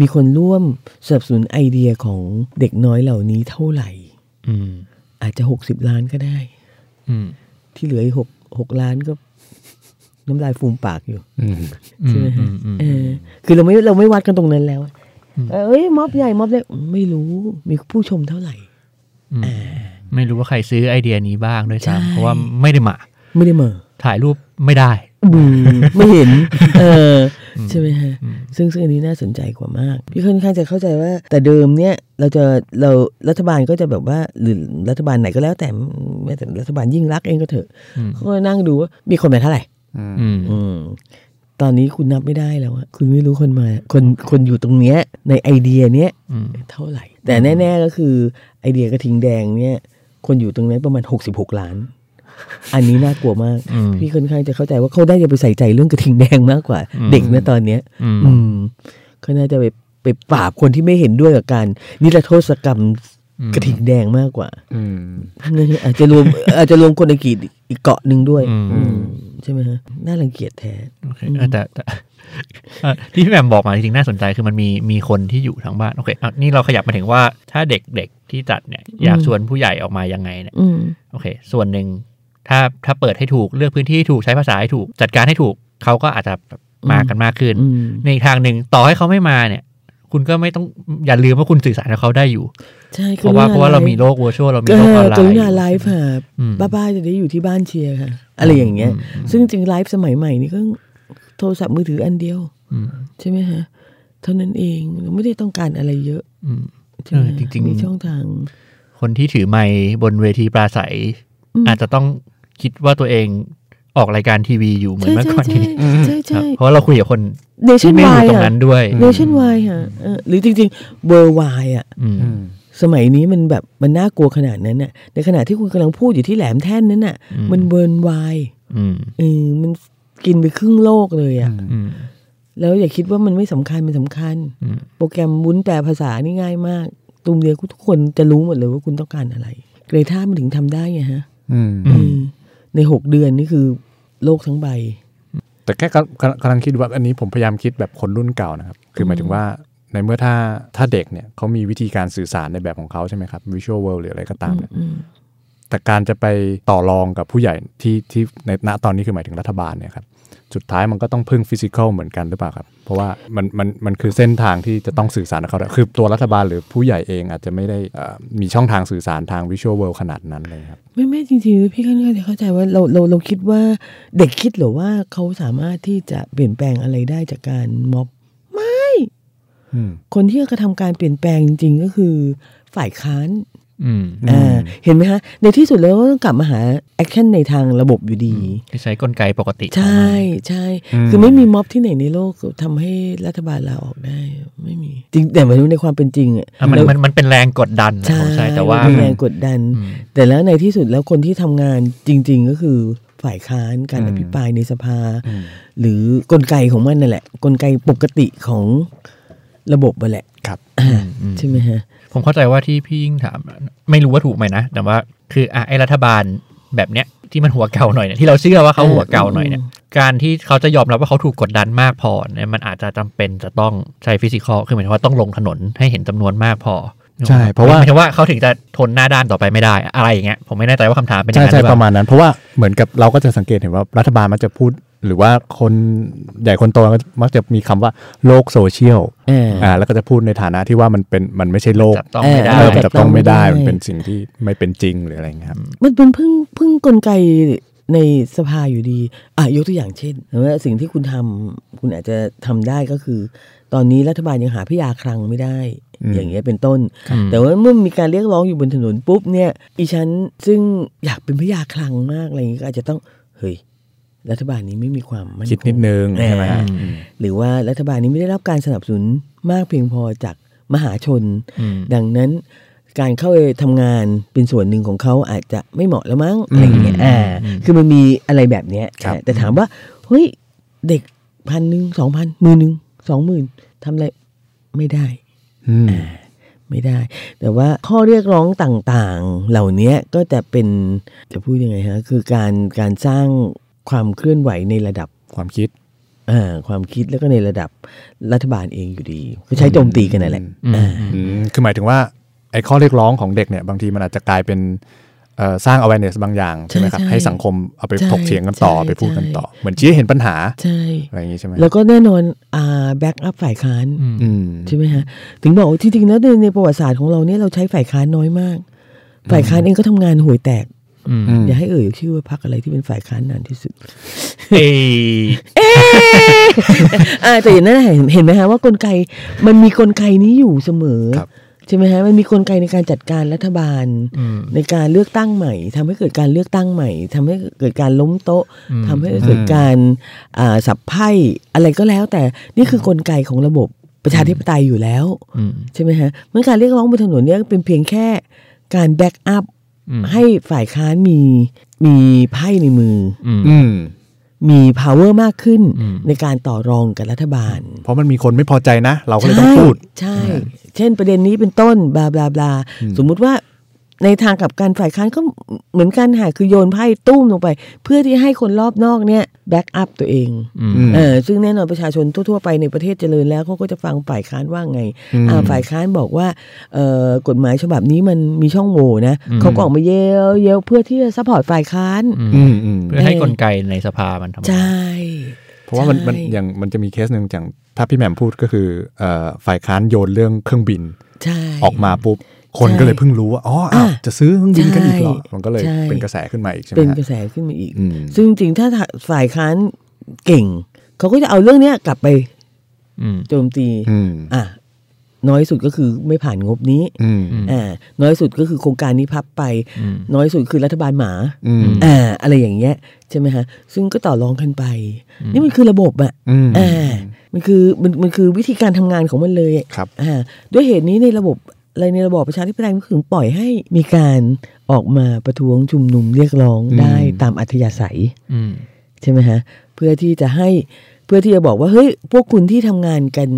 มีคนร่วมสนับสนุนไอเดียของเด็กน้อยเหล่านี้เท่าไหร่
อืม
อาจจะหกสิบล้านก็ได้
อืม
ที่เหลืออีกหกหกล้านก็ น้ำลายฟูมปากอยู่
อืม
ใช่ไหมฮะ
อืม
เออคือเราไม่เราไม่วัดกันตรงนั้นแล้วเออเอ้ยม็อบใหญ่ม็อบเล็กไม่รู้มีผู้ชมเท่าไหร่
อืมไม่รู้ว่าใครซื้อไอเดียนี้บ้างด้วย
ใช่
ซ้ำเพราะว่าไม่ได้มา
ไม่ได้เหมา
ถ่ายรูปไม่ได้
อืมไม่เห็น เอออใช่ไหมฮะ ซึ่งซึ่งอันนี้น่าสนใจกว่ามาก พี่ค่อนข้างจะเข้าใจว่า แต่เดิมเนี่ยเราจะเรารัฐบาลก็จะแบบว่าหรือรัฐบาลไหนก็แล้วแต่แม้แต่รัฐบาลยิ่งรักษณ์เองก็เถอะ
อืม
เขาก็นั่งดูว่ามีคนมาเท่าไหร่
อืม
อืม ตอนนี้คุณนับไม่ได้แล้วอะคุณไม่รู้คนมา คนคนอยู่ตรงเนี้ย ในไอเดียเนี้ย
อืม
เท่าไหร่ แต่แน่ ๆก็คือไอเดียกระทิงแดงเนี่ย คนอยู่ตรงนั้นประมาณ 66 ล้าน อันนี้น่ากลัวมาก
อืม
พี่ค่อนข้างจะเข้าใจว่าเขาได้จะไปใส่ใจเรื่องกระทิงแดงมากกว่า เด็กนะตอนเนี้ย
อืม
อืมก็น่าจะไปไปปราบคนที่ไม่เห็นด้วยกับการนิรโทษกรรม
อืม
กระถิ่งแดงมากกว่า
อืม
อาจจะรวม อาจจะรวมคนอังกฤษอีกเกาะหนึ่งด้วย
อืม
อืมใช่ไหมฮะน่ารังเกียจแท้
โอเคเออแต่ แต่เอ่อที่พี่แหม่มบอกมาจริงๆน่าสนใจคือมันมีมีคนที่อยู่ทั้งบ้านโอเคอ่ะนี่เราขยับมาถึงว่าถ้าเด็กๆที่จัดเนี่ยอยากชวนผู้ใหญ่ออกมายังไงเนี่ย
อืม
โอเค ส่วนหนึ่งถ้าถ้าเปิดให้ถูกเลือกพื้นที่ให้ถูกใช้ภาษาให้ถูก จัดการให้ถูกเขาก็อาจจะแบบมากันมากขึ้น
อืม
ในอีกทางหนึ่งต่อให้เขาไม่มาเนี่ย คุณก็ไม่ต้องอย่าลืมว่าคุณสื่อสารกับเขาได้อยู่
ใช่
เพราะว่าเพราะว่าเรามีโลกวอร์ชวลเรามี
ก็
โลกออนไล
กรุ
น์
ณาไลฟ์ค่ะ
อืม
ป้าๆจะได้อยู่ที่บ้านเชียร์ค่ะ อะไรอย่างเงี้ย ซึ่งจริงไลฟ์สมัยใหม่นี่ก็โทรศัพท์มือถืออันเดียว
อืม
ใช่ไหมฮะเท่านั้นเองไม่ได้ต้องการอะไรเยอะ
อืม
ใช่ไหม
เออจริงๆ
มีช่องทาง
คนที่ถือไมค์บนเวทีปราศัย
อืม
อาจจะต้องคิดว่าตัวเองออกรายการทีวีอยู่เหมือน
ใช่
เมื่อก่อนนี้ค
ใช่
รั
ใช่
บเพราะว่าเราคุยกับคน
เนชั่
ที่
น
ไม่อ
วา
ยู่
ย
ตรง
อ่ะ
นั้นด้วย
เนชั่นวายค่ะเออหรือจริงๆเบอร์วายอ่ะ
อืม
อืม
สมัยนี้มันแบบมันน่ากลัวขนาดนั้นน่ะ ในขณะที่คุณกำลังพูดอยู่ที่แหลมแท่นนั้นน่ะ มันเบิร์นวาย
อืม
เออมันกินไปครึ่งโลกเลยอ่ะ
อืม
อืม
แล้วอย่าคิดว่ามันไม่สำคัญ มันสำคัญ
อืม
โปรแกรมวุ้นแปลภาษานี่ง่ายมาก ตุมเดียวทุกคนจะรู้หมดเลยว่าคุณต้องการอะไร เกรท่ามันถึงทำได้ไงฮะ
อืม
อื
เอ
ม
อในหกเดือนนี่คือโลกทั้งใบ
แต่แค่กำกำกำลังคิดว่าอันนี้ผมพยายามคิดแบบคนรุ่นเก่านะครับ คือหมายถึงว่าในเมื่อถ้าถ้าเด็กเนี่ยเขามีวิธีการสื่อสารในแบบของเขาใช่ไหมครับ visual world หรืออะไรก็ตามเนี่ยแต่การจะไปต่อรองกับผู้ใหญ่ที่ที่ในณตอนนี้คือหมายถึงรัฐบาลเนี่ยครับ สุดท้ายมันก็ต้องพึ่งฟิสิก a l เหมือนกันหรือเปล่าครับ เพราะว่ามันมันมันคือเส้นทางที่จะต้องสื่อสารกับเขาด้วยคือตัวรัฐบาลหรือผู้ใหญ่เองอาจจะไม่ได้เอ่อมีช่องทางสื่อสารทาง visual world ขนาดนั้นเลยครับ
ไม่ไม่จริงๆพี่ค่อนข้างจะเข้าใจว่าเราเราเราคิดว่าเด็กคิดเหรือว่าเขาสามารถที่จะเปลี่ยนแปลงอะไรได้จากการม็อบ
อืม
คนที่กระทำการเปลี่ยนแปลงจริง ๆ ก็คือฝ่ายค้าน
อืม
อืม
อ่าเห็นไหมฮะ ในที่สุดแล้วก็ต้องกลับมาหาแอคชั่นในทางระบบอยู่ดี
ที่ใช้กลไกปกติ
ใช่ใช่
อืม
คือไม่มีม็อบที่ไหนในโลกทำให้รัฐบาลลาออกได้ ไม่มี จริงแต่ไม่รู้ในความเป็นจริงอ่ะ
อ่ะมัน
แล้ว
มันมันเป็นแรงกดดันนะ
ใช่
ผมใช่แต่ว่า
นเป็นแรงกดดัน
อืม
แต่แล้วในที่สุดแล้วคนที่ทำงานจริง ๆ ก็คือฝ่ายค้านการอภิปรายในสภา หรือกลไกของมันนั่นแหละ กลไกปกติของระบบนั่นแหละ
ครับ
อ่าใช่ไหมฮะ
ผมเข้าใจว่าที่พี่ยิ่งถาม ไม่รู้ว่าถูกไหมนะ แต่ว่าคืออ่ะไอรัฐบาลแบบเนี้ยที่มันหัวเก่าหน่อยเนี่ยที่เราเชื่อว่าเขาหัวเก่าหน่อยเนี่ยการที่เขาจะยอมรับว่าเขาถูกกดดันมากพอเนี่ยมันอาจจะจำเป็นจะต้องใช้ฟิสิกอลคือหมายถึงว่าต้องลงถนนให้เห็นจำนวนมากพอ
ใช่เพราะว่า
หมายถึงว่าเขาถึงจะทนหน้าด้านต่อไปไม่ได้ อะไรอย่างเงี้ยผมไม่แน่ใจว่าคำถามเป็นอ
ใช่
ย่างนั้นห
ใช่
รือเป
ประ
ล่า
มาณนั้น เพราะว่าเหมือนกับเราก็จะสังเกตเห็นว่ารัฐบาลมันจะพูด หรือว่าคนใหญ่คนโตก็มักจะมีคำว่าโลกโซเชียล
เอออ่
อ่าแล้วก็จะพูดในฐานะที่ว่ามันเป็นมันไม่ใช่โลก
จับต้องไม่ได้
เออ
เ
มันจับต้องไม่ได้มันเป็น
ไม่ได้
สิ่งที่ไม่เป็นจริงหรืออะไรอย่างเงี้ยครับ
มันเป็นพึ่งพึ่งกลไกในสภาอยู่ดี อ่ะยกตัวอย่างเช่นว่าสิ่งที่คุณทำคุณอาจจะทำได้ก็คือ ตอนนี้รัฐบาลยังหาพยาคลังไม่ได้
อืม
อย่างเงี้ยเป็นต้น
ครับ
แต่ว่าเมื่อมีการเรียกร้องอยู่บนถนนปุ๊บเนี่ยอีฉันซึ่งอยากเป็นพยาคลังมากอะไรอย่างเงี้ยก็อาจจะต้องเฮ้ยรัฐบาลนี้ไม่มีความมั่น
คิดนิด
คง
นึงใช่ไหมฮะ
อืม
อืม
หรือว่ารัฐบาลนี้ไม่ได้รับการสนับสนุนมากเพียงพอจากมหาชน
อืม
ดังนั้นการเข้าไปทำงานเป็นส่วนหนึ่งของเขาอาจจะไม่เหมาะแล้วมั้งอะไรอย่างเงี้ย
อืม
อ่า
อืม
คือมันมีอะไรแบบเนี้ย
ครับ
แต่ถามว่าเฮ้ยเด็กพันหนึ่งสองพันหมื่นหนึ่งสองหมื่นทำอะไรไม่ได้
อืม
ไม่ได้ แต่ว่าข้อเรียกร้องต่างๆ เหล่านี้ก็จะเป็นจะพูดยังไงฮะคือการการสร้างความเคลื่อนไหวในระดับ
ความคิด
อ่าความคิดแล้วก็ในระดับรัฐบาลเองอยู่ดีก็ใช้โจมตีกันนั่นแหละ
อืม
อ่า
อืมคือหมายถึงว่าไอ้ข้อเรียกร้องของเด็กเนี่ยบางทีมันอาจจะกลายเป็นเอ่อสร้าง awareness บางอย่างใช่ไหมครับให้สังคมเอาไปถกเถียงกันต่อไปพูดกันต่อ เหมือนชี้ให้เห็นปัญหา
ใช่
อะไรอย่างงี้ใช่ไหม
แล้วก็แน่นอนอ่าแบ็กอัพฝ่ายค้าน
อืม
อืม
ใช่ไหมฮะถึงบอกว่าจริงๆนะในในประวัติศาสตร์ของเราเนี่ยเราใช้ฝ่ายค้านน้อยมาก ฝ่ายค้านเองก็ทำงานห่วยแตก
อืม
ม
อย่าให้เอ่ยชื่อว่าพักอะไรที่เป็นฝ่ายค้านนานที่สุด
เอ้ย
อ่าแต่อย่างนั้นน่ะเห็นเห็นไหมฮะว่ากลไกมันมีกลไกนี้อยู่เสมอ
ครับ
ใช่ไหมฮะมันมีกลไกในการจัดการรัฐบาล
อืม
ในการเลือกตั้งใหม่ทำให้เกิดการเลือกตั้งใหม่ทำให้เกิดการล้มโต๊ะ
อืม
ทำให้เกิดการอ่าสับไพ่อะไรก็แล้ว แต่นี่คือกลไกของระบบประชาธิปไตยอยู่แล้ว
อืม
ใช่ไหมฮะเมื่อการเรียกร้องบนถนนเนี่ยเป็นเพียงแค่การแบ็กอัพ
อืม
ให้ฝ่ายค้านมีมีไพ่ในมือ
อืม
อืม
มี power มากขึ้น
อืม
ในการต่อรองกับรัฐบาล
เพราะมันมีคนไม่พอใจนะ เราก็เลยต้องพูด
ใช่ เช่นประเด็นนี้เป็นต้นบลาบลาบลาสมมุติว่าในทางกลับการฝ่ายค้านก็เหมือนกันค่ะคือโยนไพ่ตุ้มลงไป เพื่อที่ให้คนรอบนอกเนี่ยแบ็กอัพตัวเอง
อืม
ม
เออซึ่งแน่นอนประชาชนทั่ว ๆ ไปในประเทศเจริญแล้วเขาก็จะฟังฝ่ายค้านว่าไงอ่าฝ่ายค้านบอกว่าเอ่อกฎหมายฉบับนี้มันมีช่องโหว่นะ
อืม
เขาก็ออกมาเย้วเย้วเพื่อที่จะซัพพอร์ตฝ่ายค้าน
อืม
อืมอืม
เพื่อให้กลไกในสภามันทำงาน
ใช่
เพราะว่ามันมัน
ใช่
อย่างมันจะมีเคสหนึ่งอย่างถ้าพี่แหม่มพูดก็คือเอ่อฝ่ายค้านโยนเรื่องเครื่องบิน
ใช่
ออกมาปุ๊บคนก็เลยเพิ่งรู้ว่าอ๋ออ้าว
อ่ะ
จะซื้อเครื่องบินกันอีกเหรอ
ใช่
มันก็เลย
ใช่
เป็นกระแสขึ้นมาอีกใช่ไหม
เป็น
ฮะ
กระแสขึ้นมาอีก
อืม
ซึ่งจริงๆถ้าฝ่ายค้านเก่ง เขาก็จะเอาเรื่องเนี้ยกลับไป
อืม
โจมตี
อืม
อ่ะ น้อยสุดก็คือไม่ผ่านงบนี้
อืม
ม
อ่าน้อยสุดก็คือโครงการนี้พับไป
อืม
น้อยสุดคือรัฐบาลหมา
อืม
อ่าอะไรอย่างเงี้ยใช่ไหมฮะซึ่งก็ต่อรองกันไป นี่มันคือระบบอ่ะ
อืม
อ่ามันคือมันมันคือวิธีการทำงานของมันเลยอะ
ครับ
อ่าด้วยเหตุนี้ในระบบอะไรในระบอบประชาธิปไตยมันถึงปล่อยให้มีการออกมาประท้วงชุมนุมเรียกร้องได้
อืม
ตามอัธยาศัย
อืม
ใช่ไหมฮะเพื่อที่จะให้เพื่อที่จะบอกว่าเฮ้ยพวกคุณที่ทำงานกัน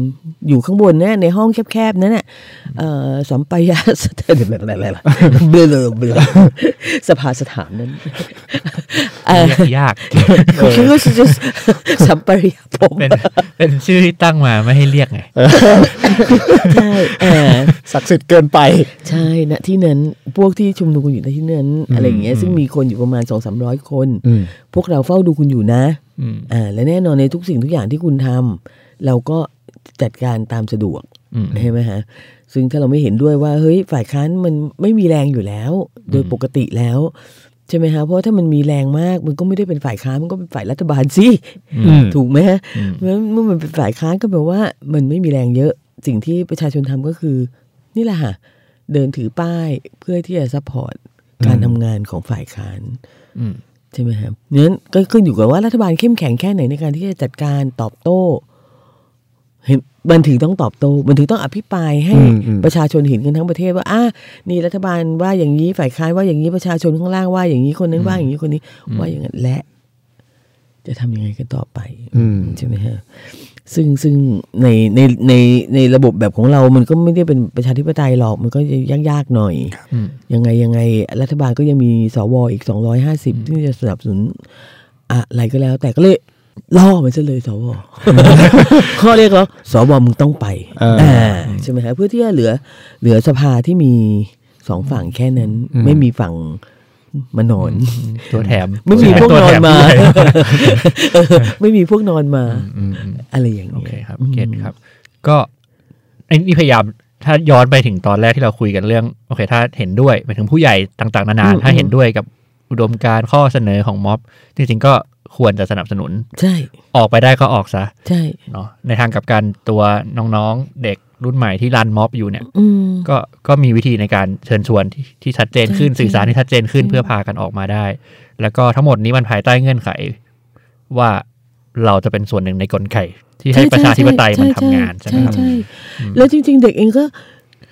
อยู่ข้างบนนะในห้องแคบๆนั้นน่ะเอ่อสัมปายาสถานอะไรอะไรเบลอเบลอสภาสถานนั้น เออย
าก
คุณคิดว่าจะจะสัมปายาผม
เป็น เป็นชื่อที่ตั้งมาไม่ให้เรียกไง
ใช่เออ
ศักดิ์สิทธิ์เกินไป
ใช่ณที่นั้นพวกที่ชุมนุมกันอยู่ณที่นั้นอะไรอย่างเงี้ยซึ่งมีคนอยู่ประมาณสองสามร้อยคน
อืม
พวกเราเฝ้าดูคุณอยู่นะ
อืม
อ่าและแน่นอนในทุกสิ่งทุกอย่างที่คุณทำเราก็จัดการตามสะดวก
อืม
ใช่ไหมฮะซึ่งถ้าเราไม่เห็นด้วยว่าเฮ้ยฝ่ายค้านมันไม่มีแรงอยู่แล้ว โดยปกติแล้วใช่ไหมฮะเพราะถ้ามันมีแรงมากมันก็ไม่ได้เป็นฝ่ายค้านมันก็เป็นฝ่ายรัฐบาลสิ
อืม
ถูกไหมฮะ
อืม
เพราะฉะนั้นเมื่อมันเป็นฝ่ายค้านก็แปลว่ามันไม่มีแรงเยอะสิ่งที่ประชาชนทำก็คือ นี่แหละค่ะเดินถือป้ายเพื่อที่จะซัพพอร์ตการทำงานของฝ่ายค้าน
อืม
ใช่ไหมครับนั้นก็ขึ้นอยู่กับว่ารัฐบาลเข้มแข็งแค่ไหนในการที่จะจัดการตอบโต้เห็นมันถึงต้องตอบโต้มันถึงต้องอภิปรายให้
อืมอืม
ประชาชนเห็นกันทั้งประเทศว่าอ่ะนี่รัฐบาลว่าอย่างนี้ฝ่ายค้านว่าอย่างนี้ประชาชนข้างล่างว่าอย่างนี้คนนั้นว่าอย่างนี้คนนี้ว่าอย่างนั้นและ จะทำยังไงกันต่อไป
อืม
ใช่ไหมฮะซึ่งซึ่งในในในในระบบแบบของเรา มันก็ไม่ได้เป็นประชาธิปไตยหรอก มันก็จะยากยากๆหน่อย
อืม
ยังไงยังไง รัฐบาลก็ยังมีสวอีก 250 ที่จะสนับสนุนอะไรก็แล้ว แต่ก็เลยล่อมันซะเลยสว ข้อเรียกร้องสวมึงต้องไป
เอออ่
าใช่ไหมฮะเพื่อที่จะเหลือ เหลือสภาที่มีสองฝั่งแค่นั้น
อืม
ไม่มีฝั่ง มานอน
ตัวแถม
ไม่มีพวก
ตั
นอ
แถ
นมา
ด้วย
ไม่มีพวกนอนมา
อืมอืม
อะไรอย่าง
โอ
เงี้ย
เคครับเก็ตครับ ก็ไอ้นี่พยายามถ้าย้อนไปถึงตอนแรกที่เราคุยกันเรื่อง โอเค ถ้าเห็นด้วยหมายถึงผู้ใหญ่ต่างๆ นานาถ้าเห็นด้วยกับอุดมการณ์ข้อเสนอของม็อบ จริงๆก็ควรจะสนับสนุน
ใช่
ออกไปได้ก็ออกซะ
ใช่
เนาะในทางกลับการตัวน้องๆ เด็กรุ่นใหม่ที่รันม็อบอยู่เนี่ย
อืม
ก็ก็มีวิธีในการเชิญชวนที่ที่ชัดเจนขึ้น
ใช่
สื่อสารที่ชัดเจนขึ้น
ใช่
เพื่อพากันออกมาได้ แล้วก็ทั้งหมดนี้มันภายใต้เงื่อนไข ว่าเราจะเป็นส่วนหนึ่งในกลไกที่ให้ประชาธิปไตยมันทำงานใช่ไหมครับ
ใช่แล้วจริง ๆ เด็กเองก็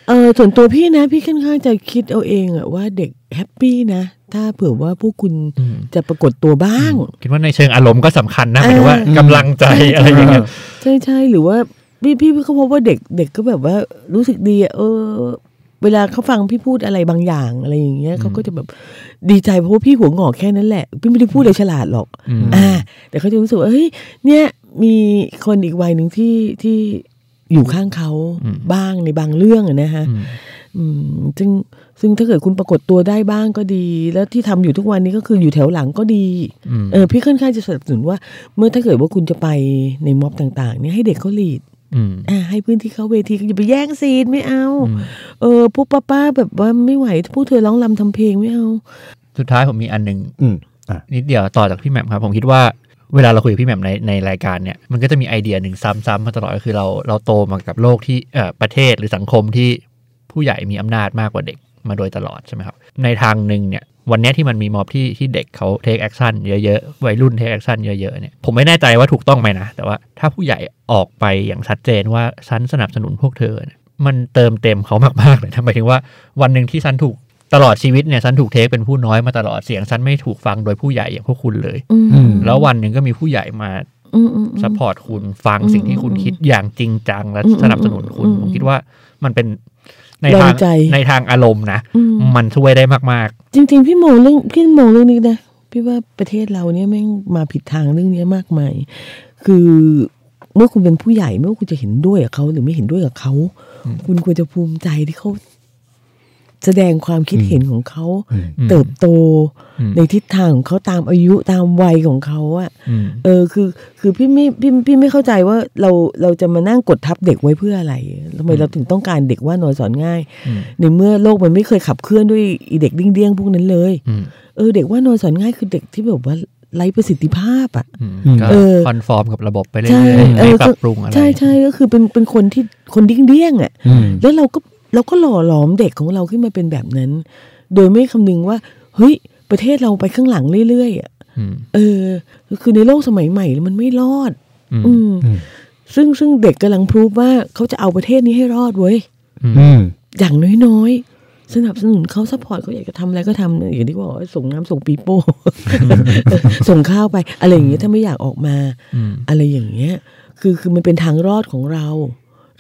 เออส่วนตัวพี่นะ พี่ค่อนข้างจะคิดเอาเองอะว่าเด็กแฮปปี้นะ ถ้าเผื่อว่าพวกคุณ
อืม
จะปรากฏตัวบ้าง
คิดว่าในเชิงอารมณ์ก็สำคัญนะหมายถึงว่า
เออก
ำลังใจ
ใช่
อะไรอย่างเงี้ย
ใช่ใช่หรือว่าพี่พี่ก็พบว่าเด็กเด็กก็แบบว่ารู้สึกดีอะเออ เวลาเขาฟังพี่พูดอะไรบางอย่างอะไรอย่างเงี้ยเขาก็จะแบบดีใจเพราะว่าพี่หัวงอกแค่นั้นแหละ พี่ไม่ได้พูดอะไรฉลาดหรอก
อืม
อ่า แต่เขาจะรู้สึกว่าเฮ้ยเนี่ยมีคนอีกวัยหนึ่งที่ที่อยู่ข้างเขาบ้างในบางเรื่องอะนะฮะ
อืม
อืมซึ่งซึ่งถ้าเกิดคุณปรากฏตัวได้บ้างก็ดี แล้วที่ทำอยู่ทุกวันนี้ก็คืออยู่แถวหลังก็ดี
อืม
เออพี่ค่อนข้างจะสนับสนุนว่า เมื่อถ้าเกิดว่าคุณจะไปในม็อบต่าง ๆ เนี่ยให้เด็กเขาลีด
อืม
อ่าให้พื้นที่เขาเวทีอย่าไปแย่งซีนไม่เอา
อืม
เออพวกป้าป้าๆแบบว่าไม่ไหวพวกเธอร้องรำทำเพลงไม่เอา
สุดท้ายผมมีอันหนึ่ง
อืมอ่ะ
นิดเดียวต่อจากพี่แหม่มครับ ผมคิดว่าเวลาเราคุยกับพี่แหม่มในในรายการเนี่ยมันก็จะมีไอเดียหนึ่งซ้ำๆมาตลอดก็คือเราเราโตมากับโลกที่เอ่อประเทศหรือสังคมที่ผู้ใหญ่มีอำนาจมากกว่าเด็กมาโดยตลอดใช่ไหมครับ ในทางหนึ่งเนี่ยวันเนี้ยที่มันมีมอบที่ที่เด็กเขาเทคแอคชั่นเยอะๆวัยรุ่นเทคแอคชั่นเยอะๆเนี่ยผมไม่แน่ใจว่าถูกต้องไหมนะ แต่ว่าถ้าผู้ใหญ่ออกไปอย่างชัดเจนว่าฉันสนับสนุนพวกเธอเนี่ย มันเติมเต็มเขามากๆเลยนะหมายถึงว่าวันหนึ่งที่ฉันถูกตลอดชีวิตเนี่ยฉันถูกเทคเป็นผู้น้อยมาตลอดเสียงฉันไม่ถูกฟังโดยผู้ใหญ่อย่างพวกคุณเลย
อืม
อืม
แล้ววันหนึ่งก็มีผู้ใหญ่มา
อืมอืมอืม
ซัพพอร์ตคุณฟังสิ่งที่คุณคิดอย่างจริงจังและ
อืม
สนับสนุนคุณ
อืม
ผมคิดว่ามันเป็นใน
แรง
ทาง
ใจ
ในทางอารมณ์นะ
อืม
มันช่วยได้มาก
จริงๆ พี่มองเรื่องพี่มองเรื่องนี้นะพี่ว่าประเทศเราเนี่ยแม่งมาผิดทางเรื่องเนี้ยมากมาย คือเมื่อคุณเป็นผู้ใหญ่เมื่อคุณจะเห็นด้วยกับเขาหรือไม่เห็นด้วยกับเขา
อืม
คุณควรจะภูมิใจที่เขาแสดงความคิดเห็นของเขา
อืม
ๆอืม
เติบโต
อืม
ในทิศทางของเขาตามอายุตามวัยของเขาอะ
อืม
เออคือ คือพี่ไม่พี่พี่ไม่เข้าใจว่าเราเราจะมานั่งกดทับเด็กไว้เพื่ออะไรทำไมเราถึงต้องการเด็กว่านอนสอนง่าย
อืม
ในเมื่อโลกมันไม่เคยขับเคลื่อนด้วยอีเด็กดิ้งเดี้ยงพวกนั้นเลย
อืม
เออเด็กว่านอนสอนง่ายคือเด็กที่แบบว่าไร้ประสิทธิภาพอ่ะ
อืม
อืม
ก็
เออ
คอนฟอร์มกับระบบไปเรื่
ใช่
อยๆ
เออ
ไม่ปรับปรุงอะไร
ใช่ใช่ก็คือเป็นเป็นคนที่คนดิ้งเดี้ยงอ่ะ
อืม
แล้วเราก็เราก็หล่อหลอมเด็กของเราขึ้นมาเป็นแบบนั้น โดยไม่คำนึงว่าเฮ้ยประเทศเราไปข้างหลังเรื่อยๆอ่ะ
อืม
เออ คือในโลกสมัยใหม่มันไม่รอด
อืม
อืม
อืม
ซึ่งซึ่งเด็กกำลังพรูฟว่าเขาจะเอาประเทศนี้ให้รอดเว้ย
อืม
อืม
อย่างน้อยๆ สนับสนุนเขาซัพพอร์ตเขาอยากจะทำอะไรก็ทำอย่างที่บอกว่าส่งน้ำส่งปีโป้ ส่งข้าวไป อะไรอย่างเงี้ยถ้าไม่อยากออกมา
อืม
อะไรอย่างเงี้ย คือคือมันเป็นทางรอดของเรา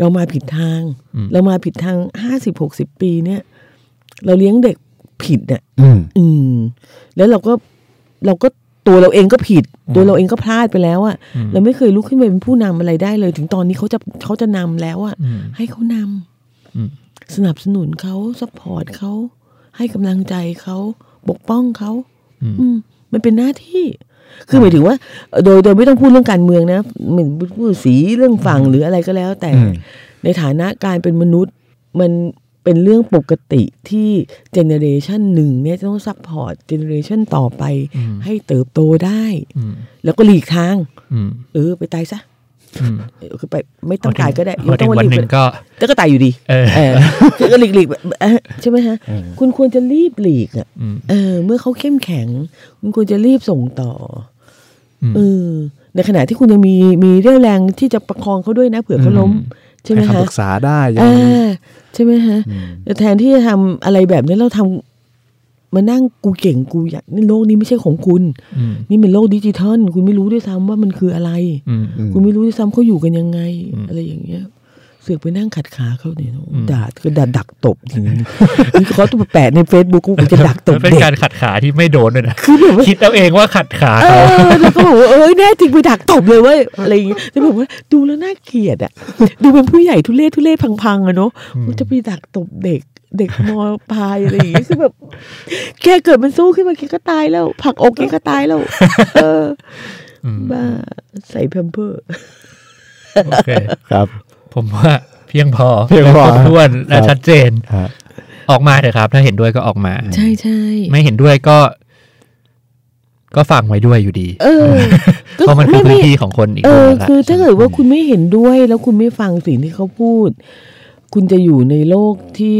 เรามาผิดทาง
อืม
เรามาผิดทางห้าสิบหกสิบปีเนี่ย เราเลี้ยงเด็กผิดน่ะ
อืม
อืม แล้วเราก็เราก็ตัวเราเองก็ผิด ตัวเราเองก็พลาดไปแล้วอะเราไม่เคยลุกขึ้นไปเป็นผู้นำอะไรได้เลย ถึงตอนนี้เขาจะเขาจะนำแล้วอะ
อืม
ให้เขาน
อืม
ำสนับสนุนเขาสปอร์ตเขาให้กำลังใจเขาปกป้องเขา
อืม
อืม มันเป็นหน้าที่ คือหมายถึงว่าเอ่อโดยโดยไม่ต้องพูดเรื่องการเมืองนะเหมือนพูดสีเรื่องฝั่งหรืออะไรก็แล้ว แต่
อืม
ในฐานะการเป็นมนุษย์ มันเป็นเรื่องปกติที่เจเนเรชันหนึ่งเนี่ยจะต้องซัพพอร์ตเจเนเรชันต่อไป
อืม
ให้เติบโตได้
อืม
แล้วก็หลีกทาง
อืม
เออ ไปตายซะ
อืม
เออคือไปไม่ต้องตายก็ได้
พอถึงวันหนึ่งก็
แต่ก็ตายอยู่ดี
เออ
เออคือก็หลีกหลีกแบบเอ่อใช่ไหมฮะ
อืม
คุณควรจะรีบหลีกอ่ะ
อืม
เออ เมื่อเขาเข้มแข็ง คุณควรจะรีบส่งต่อ
อืม
เออในขณะที่คุณยังมีมีเรี่ยวแรงที่จะประคองเขาด้วยนะเผื่อเขาล้ม ใช่ไหม
ให้คำ
ฮะ
ปรึกษาได้ยัง
อ่าใช่ไหมฮะ
อืม
แต่แทนที่จะทำอะไรแบบนี้เราทำมานั่งกูเก่งกูอยากนี่โลกนี้ไม่ใช่ของคุณ
อืม
นี่เป็นโลกดิจิทัล คุณไม่รู้ด้วยซ้ำว่ามันคืออะไร
อืม
อืม
คุณไม่รู้ด้วยซ้ำเขาอยู่กันยังไง
อืม
อะไรอย่างเงี้ยเสือกไปนั่งขัดขาเขาเนี่ย
อืม
ด่าก็ด่าดักตบอย่างนี้ นี่เขาต้องมาแปะในเฟซบุ๊กกูจะดักตบ
มันเป็น
เด็ก
การขัดขาที่ไม่โดนด้วยนะ
คือแบบว่า
คิดเอาเองว่าขัดขา
เอ
เขา
อแล้วก็บอกว่าเอ้ยแน่จริงไปดักตบเลยเว้ยอะไรอย่างเงี้ยแต่แบบว่าดูแล้วน่าเกลียดอ่ะ ดูเป็นผู้ใหญ่ทุเรศทุเรศพังๆอะเนาะ
อืม
จะไปดักตบเด็ก เด็กมอปลายอะไรอย่างงี้คือแบบ แค่เกิดมันสู้ขึ้นมาแกก็ตายแล้วผลักอกแกก็ตายแล้ว เออ
อืม
บ้าใส่แพมเพิร์
โอเค
ครับ
ผมว่าเพียงพอ
เพียงพอ
และครบถ้วนและ
ครับ
ชัดเจน
ฮะ
ออกมาเถอะครับ ถ้าเห็นด้วยก็ออกมา
ใช่ใช่
ไม่เห็นด้วยก็ ก็ฟังไว้ด้วยอยู่ดี
เออ
เพราะมันคือ
ไม่
พื้น
ไม่
ที่ของคนอีก
เอ
คน
อ
ละ
คือถ้าเกิดว่าคุณไม่เห็นด้วย แล้วคุณไม่ฟังสิ่งที่เขาพูด คุณจะอยู่ในโลกที่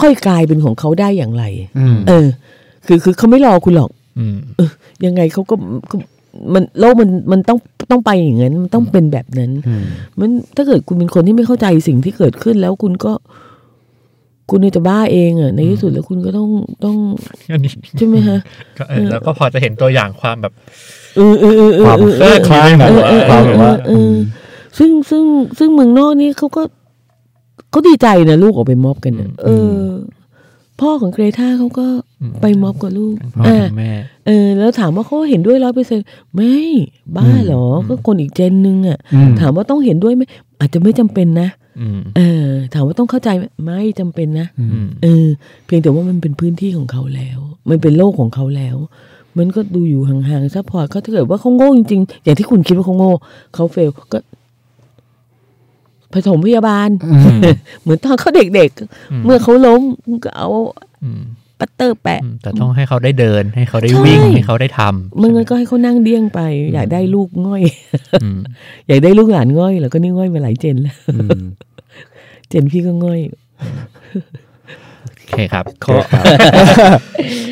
ค่อยๆกลายเป็นของเขาได้อย่างไร
อืม
เออ คือคือเขาไม่รอคุณหรอก
อืม
ยังไงเขาก็ก็มันโลกมันมันต้องต้องไปอย่างนั้น มันต้องเป็นแบบนั้น
อืม
มันถ้าเกิดคุณเป็นคนที่ไม่เข้าใจสิ่งที่เกิดขึ้นแล้วคุณก็ คุณจะบ้าเองอ่ะในที่สุดแล้วคุณก็ต้องต้อง
อันนี้
ใช่ไหมฮะ
ก็เออแล้วก็พอจะเห็นตัวอย่างความแบบ
เออเออเออ
ค
เออ
วาม
เออ
คล้ายๆแบบว่า
เออ
ค
เอ
วาม
อ
แบบ
เอ
ว่า
อเออซึ่งซึ่งซึ่งเมืองนอกนี่เขาก็เขาดีใจนะลูกออกไปม็อบกันน่ะเออ พ่อของเกรธาเขาก็
อืม
ไปม็อบกับลูก
พ่อ
อ่า
แม่
เออ แล้วถามว่าเขาเห็นด้วยร้อยเปอร์เซ็นไม่บ้าเหรออก็คนอีกเจนนึงอ่ะ
อืม
ถามว่าต้องเห็นด้วยไหมอาจจะไม่จำเป็นนะ
อืม
เออ ถามว่าต้องเข้าใจไหมไม่จำเป็นนะ
อืม
อืม
เออ เพียงแต่ว่ามันเป็นพื้นที่ของเขาแล้ว มันเป็นโลกของเขาแล้ว มันก็ดูอยู่ห่างๆซัพพอร์ตเขาถ้าเกิดว่าเขาโง่จริงๆ อย่างที่คุณคิดว่าเขาโง่เขาเฟลก็ผสมพยาบาล
อืม
เหมือนตอนเขาเด็กๆ เมื่อเขาล้มก็เอา
อืม
ปัตเตอร์แปะ
อืมแต่ต้องให้เขาได้เดิน ให้เขาได้
ใช่
วิ่ง ให้เขาได้ท
เมื่อไงนก็ให้เขานั่งเดี้ยงไป อยากได้ลูกง่อย
ำอืม
อยากได้ลูกหลานง่อย แล้วก็นี่ง่อยมาหลายเจนแล้ว เจนพี่ก็ง่อย
โอเคครับ
ครับ